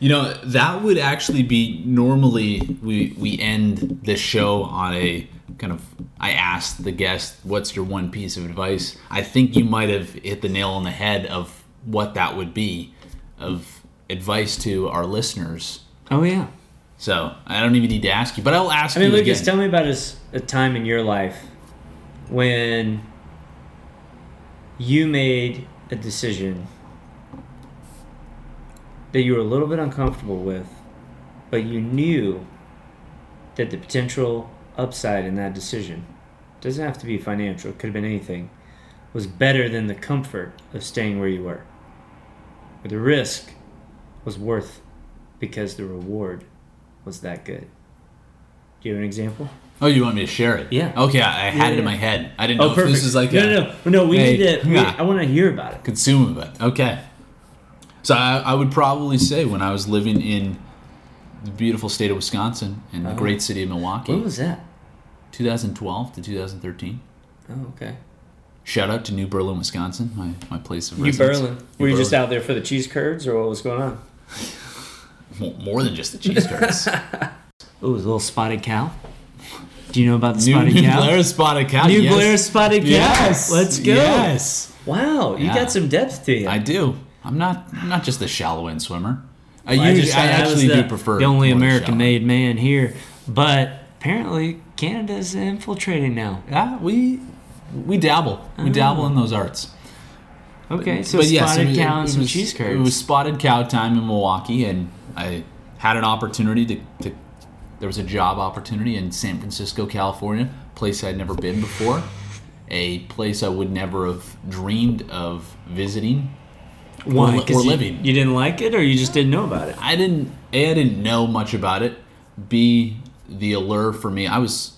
Speaker 1: You know, that would actually be normally we we end the show on a kind of I asked the guest, what's your one piece of advice? I think you might have hit the nail on the head of what that would be of advice to our listeners.
Speaker 2: Oh yeah.
Speaker 1: So I don't even need to ask you, but I'll ask
Speaker 2: I mean,
Speaker 1: you
Speaker 2: Lucas,
Speaker 1: again.
Speaker 2: tell me about a, s- a time in your life when you made a decision that you were a little bit uncomfortable with, but you knew that the potential upside in that decision doesn't have to be financial, it could have been anything, was better than the comfort of staying where you were. Or the risk was worth because the reward was that good. Do you have an example?
Speaker 1: oh, you want me to share it?
Speaker 2: Yeah.
Speaker 1: Okay, I, I had it in
Speaker 2: yeah. Oh,
Speaker 1: my head. I didn't know if this is like
Speaker 2: no,
Speaker 1: a,
Speaker 2: no, no, no. We
Speaker 1: Hey,
Speaker 2: need to. we-
Speaker 1: yeah.
Speaker 2: I want to hear about it.
Speaker 1: consume of it. Okay. So I, I would probably say when I was living in the beautiful state of Wisconsin and the great city of Milwaukee,
Speaker 2: What was that?
Speaker 1: 2012 to 2013.
Speaker 2: Oh, okay.
Speaker 1: Shout out to New Berlin, Wisconsin, my, my place of
Speaker 2: New
Speaker 1: residence.
Speaker 2: Berlin. Were
Speaker 1: New
Speaker 2: you just
Speaker 1: Berlin.
Speaker 2: out there for the cheese curds, or what was going on?
Speaker 1: Mo- More than just the cheese
Speaker 2: [LAUGHS]
Speaker 1: curds.
Speaker 2: Ooh, a little spotted cow. Do you know about the
Speaker 1: New,
Speaker 2: spotted
Speaker 1: New
Speaker 2: cow?
Speaker 1: Blair spotted cow.
Speaker 2: New
Speaker 1: yes.
Speaker 2: Blair spotted cow.
Speaker 1: Yes.
Speaker 2: Let's go.
Speaker 1: Yes.
Speaker 2: Wow, you
Speaker 1: Yeah.
Speaker 2: got some depth to you.
Speaker 1: I do. I'm not. I'm not just a shallow end swimmer. I,
Speaker 2: Well,
Speaker 1: usually,
Speaker 2: just
Speaker 1: I
Speaker 2: thought was
Speaker 1: actually
Speaker 2: the,
Speaker 1: do prefer
Speaker 2: the only
Speaker 1: more shallow.
Speaker 2: American-made man here, but apparently Canada's infiltrating now.
Speaker 1: Yeah, Ah, we we dabble. We dabble
Speaker 2: Ah.
Speaker 1: in those arts.
Speaker 2: Okay, so
Speaker 1: but
Speaker 2: spotted
Speaker 1: yes, it was-
Speaker 2: cow and
Speaker 1: it
Speaker 2: some
Speaker 1: was-
Speaker 2: cheese curds.
Speaker 1: It was spotted cow time in Milwaukee, and I had an opportunity to, to. There was a job opportunity in San Francisco, California, place I'd never been before, a place I would never have dreamed of visiting.
Speaker 2: Why?
Speaker 1: we're
Speaker 2: 'Cause you-
Speaker 1: living.
Speaker 2: You didn't like it, or you just didn't know about it?
Speaker 1: I didn't. A, I didn't know much about it. B, the allure for me. I was.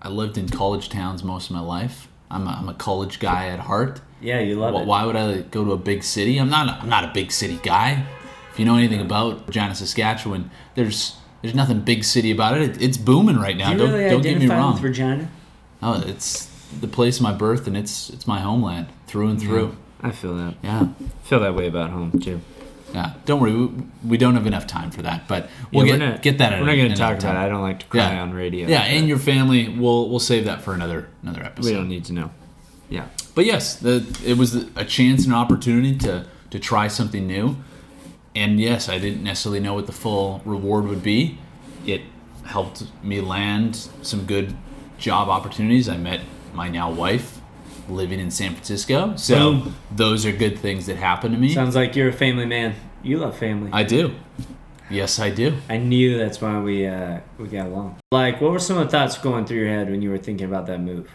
Speaker 1: I lived in college towns most of my life. I'm a, I'm a college guy at heart.
Speaker 2: Yeah, you love
Speaker 1: Wh-
Speaker 2: it.
Speaker 1: Why would I like, go to a big city? I'm not. A, I'm not a big city guy. If you know anything about Regina, Saskatchewan, there's there's nothing big city about it. it it's booming right now.
Speaker 2: Do you
Speaker 1: don't
Speaker 2: really
Speaker 1: don't get me
Speaker 2: identify
Speaker 1: wrong.
Speaker 2: with Regina?
Speaker 1: oh, it's the place of my birth, and it's it's my homeland through and through.
Speaker 3: I feel that.
Speaker 1: Yeah.
Speaker 3: Feel that way about home too.
Speaker 1: Yeah, don't worry. We, we don't have enough time for that, but we'll
Speaker 3: Yeah,
Speaker 1: get, get that. at
Speaker 3: We're not
Speaker 1: an-
Speaker 3: going to
Speaker 1: another
Speaker 3: talk about
Speaker 1: time.
Speaker 3: it. I don't like to
Speaker 1: Yeah.
Speaker 3: cry on radio.
Speaker 1: Yeah,
Speaker 3: but
Speaker 1: and your family. We'll we'll save that for another another episode.
Speaker 3: we don't need to know. Yeah.
Speaker 1: But yes, the, it was a chance and an opportunity to to try something new. And yes, I didn't necessarily know what the full reward would be. It helped me land some good job opportunities. I met my now wife living in San Francisco. So
Speaker 2: Boom.
Speaker 1: those are good things that happened to me.
Speaker 2: Sounds like you're a family man. You love family. I,
Speaker 1: I do. Yes, I do.
Speaker 2: knew that's why we uh, we got along. Like, what were some of the thoughts going through your head when you were thinking about that move?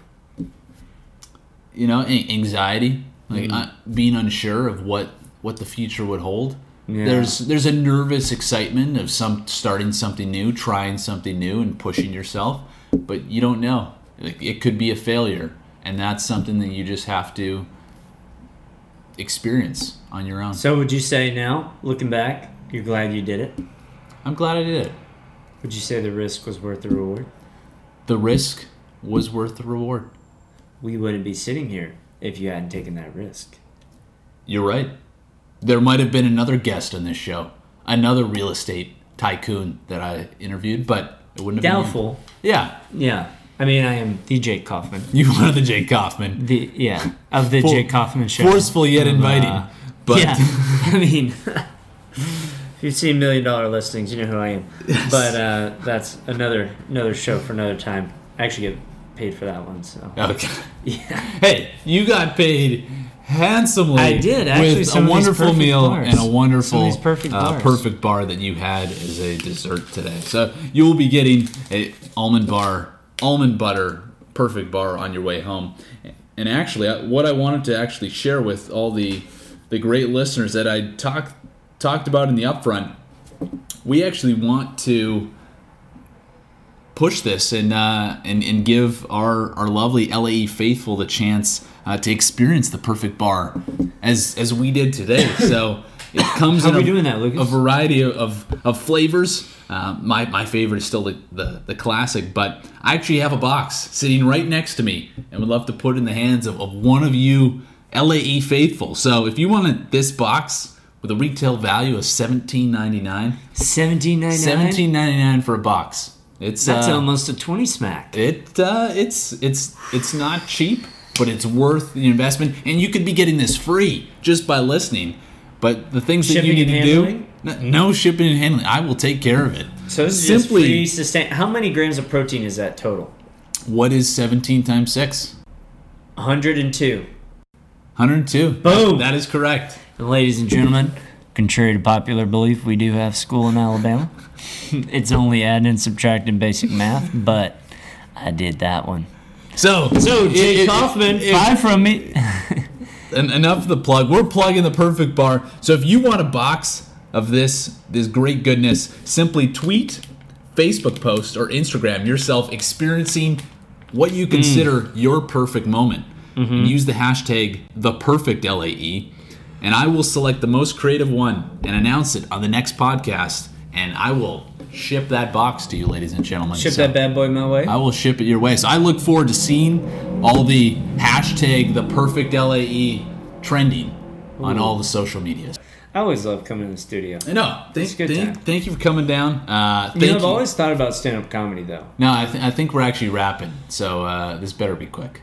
Speaker 1: you know an- anxiety like
Speaker 2: Mm-hmm.
Speaker 1: uh, being unsure of what what the future would hold
Speaker 2: Yeah.
Speaker 1: there's there's a nervous excitement of some starting something new trying something new and pushing yourself but you don't know like, it could be a failure and that's something that you just have to experience on your own
Speaker 2: So, would you say now, looking back, you're glad you did it?
Speaker 1: i'm glad i did it
Speaker 2: Would you say the risk was worth the reward?
Speaker 1: the risk was worth the reward
Speaker 2: We wouldn't be sitting here if you hadn't taken that risk.
Speaker 1: You're right. There might have been another guest on this show, another real estate tycoon that I interviewed, but it wouldn't have
Speaker 2: Doubtful.
Speaker 1: been. Yeah,
Speaker 2: Yeah. I mean, I am the Jake Kaufman.
Speaker 1: you [LAUGHS] were the Jake Kaufman.
Speaker 2: The yeah of the
Speaker 1: For-
Speaker 2: Jake Kaufman show.
Speaker 1: Forceful yet inviting.
Speaker 2: Uh,
Speaker 1: but
Speaker 2: [LAUGHS] yeah, [LAUGHS] I mean, if you've seen Million Dollar Listings, you know who I am. But uh, that's another another show for another time. I actually get paid for that one, so
Speaker 1: [LAUGHS] okay.
Speaker 2: yeah.
Speaker 1: Hey, you got paid handsomely.
Speaker 2: I did, actually,
Speaker 1: with
Speaker 2: some
Speaker 1: a
Speaker 2: of these
Speaker 1: wonderful
Speaker 2: perfect
Speaker 1: meal
Speaker 2: bars.
Speaker 1: and a
Speaker 3: Some
Speaker 1: wonderful
Speaker 3: of these perfect
Speaker 1: uh,
Speaker 3: bars.
Speaker 1: perfect bar that you had as a dessert today. So you will be getting a almond bar, almond butter perfect bar on your way home. And actually, I- what I wanted to actually share with all the the great listeners that I talked talked about in the upfront, we actually want to push this and uh, and and give our our lovely LAE faithful the chance uh, to experience the perfect bar as as we did
Speaker 2: [LAUGHS]
Speaker 1: today. So it comes
Speaker 2: How
Speaker 1: in
Speaker 2: are we
Speaker 1: a,
Speaker 2: doing that, Lucas?
Speaker 1: a variety of of, of flavors. Uh, my my favorite is still the, the the classic, but I actually have a box sitting right next to me, and would love to put in the hands of, of one of you LAE faithful. So if you wanted this box. With a retail value of seventeen ninety nine,
Speaker 2: seventeen ninety nine.
Speaker 1: seventeen ninety nine for a box. It's
Speaker 2: That's
Speaker 1: uh,
Speaker 2: almost a twenty smack.
Speaker 1: it uh, it's it's it's not cheap, but it's worth the investment, and you could be getting this free just by listening. But the things that you need
Speaker 2: Shipping
Speaker 1: to
Speaker 2: and
Speaker 1: do,
Speaker 2: handling?
Speaker 1: n- no shipping and handling. I will take care of it.
Speaker 2: So this is
Speaker 1: Simply-
Speaker 2: just free sustain. How many grams of protein is that total?
Speaker 1: What is seventeen times six?
Speaker 2: One hundred and two.
Speaker 1: Hundred and two.
Speaker 2: Boom.
Speaker 1: That is correct.
Speaker 2: And ladies and gentlemen, contrary to popular belief, we do have school in Alabama. [LAUGHS] it's only add and subtract and basic math, but I did that one.
Speaker 1: So
Speaker 2: So
Speaker 1: it-
Speaker 2: Jake
Speaker 1: it-
Speaker 2: Kaufman,
Speaker 1: it-
Speaker 2: buy from me.
Speaker 1: en- enough of the plug. We're plugging the perfect bar. So if you want a box of this this great goodness, simply tweet, Facebook post, or Instagram yourself experiencing what you consider
Speaker 2: Mm.
Speaker 1: your perfect moment.
Speaker 2: Mm-hmm.
Speaker 1: And use the hashtag the perfect LAE. E. And I will select the most creative one and announce it on the next podcast. And I will ship that box to you, ladies and gentlemen.
Speaker 2: Ship
Speaker 1: So-
Speaker 2: that bad boy my way.
Speaker 1: I will ship it your way. So I look forward to seeing all the hashtag the perfect LAE trending on all the social medias.
Speaker 2: I always love coming to the studio.
Speaker 1: I know. Thank,
Speaker 2: a good
Speaker 1: thank,
Speaker 2: time.
Speaker 1: thank you for coming down. Uh, thank
Speaker 2: You know, I've
Speaker 1: you.
Speaker 2: always thought about stand up comedy though.
Speaker 1: no, I, th- I think we're actually wrapping. So uh, this better be quick.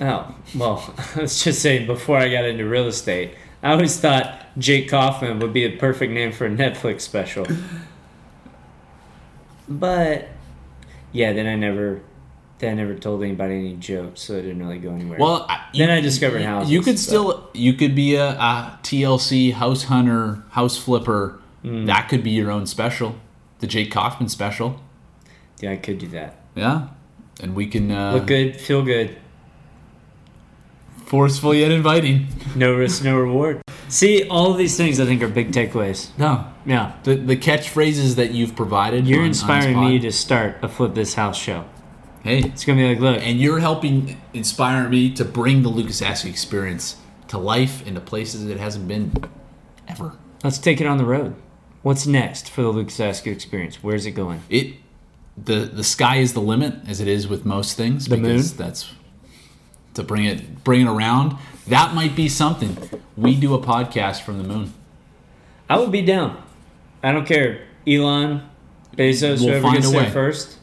Speaker 2: Oh, well, [LAUGHS] I was just saying before I got into real estate, I always thought Jake Kaufman would be a perfect name for a Netflix special. But yeah, then I never then I never told anybody any jokes, so it didn't really go anywhere.
Speaker 1: Well, I,
Speaker 2: Then I discovered houses,
Speaker 1: You could
Speaker 2: so-
Speaker 1: still you could be a, a TLC house hunter, house flipper.
Speaker 2: Mm.
Speaker 1: That could be your own special, the Jake Kaufman special.
Speaker 2: yeah, I could do that.
Speaker 1: Yeah, and we can uh,
Speaker 2: Look good, feel good.
Speaker 1: forceful yet inviting.
Speaker 2: No risk, no reward. See, all of these things I think are big takeaways.
Speaker 1: No,
Speaker 2: Yeah.
Speaker 1: The, the catchphrases that you've provided.
Speaker 2: You're
Speaker 1: on- on this
Speaker 2: inspiring
Speaker 1: pod-
Speaker 2: me to start a Flip This House show.
Speaker 1: Hey,
Speaker 2: It's going to be like, look,
Speaker 1: and you're helping inspire me to bring the Lucas Askew experience to life and to places it hasn't been ever.
Speaker 2: Let's take it on the road. What's next for the Luke Saskia experience? Where's it going?
Speaker 1: It the the sky is the limit as it is with most things.
Speaker 2: The
Speaker 1: because
Speaker 2: moon?
Speaker 1: That's to bring it bring it around. That might be something. We do a podcast from the moon.
Speaker 2: I would be down. I don't care. Elon, Bezos,
Speaker 1: We'll
Speaker 2: whoever
Speaker 1: find
Speaker 2: gets
Speaker 1: a
Speaker 2: there
Speaker 1: way.
Speaker 2: first.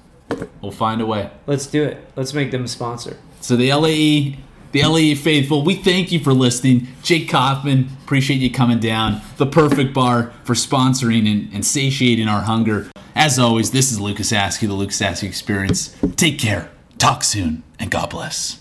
Speaker 1: We'll find a way.
Speaker 2: Let's do it. Let's make them a sponsor.
Speaker 1: So the LAE, the LAE faithful, we thank you for listening. Jake Kaufman, appreciate you coming down. The Perfect Bar for sponsoring and, and satiating our hunger. As always, this is Lucas Askew, the Lucas Askew Experience. Take care, talk soon, and God bless.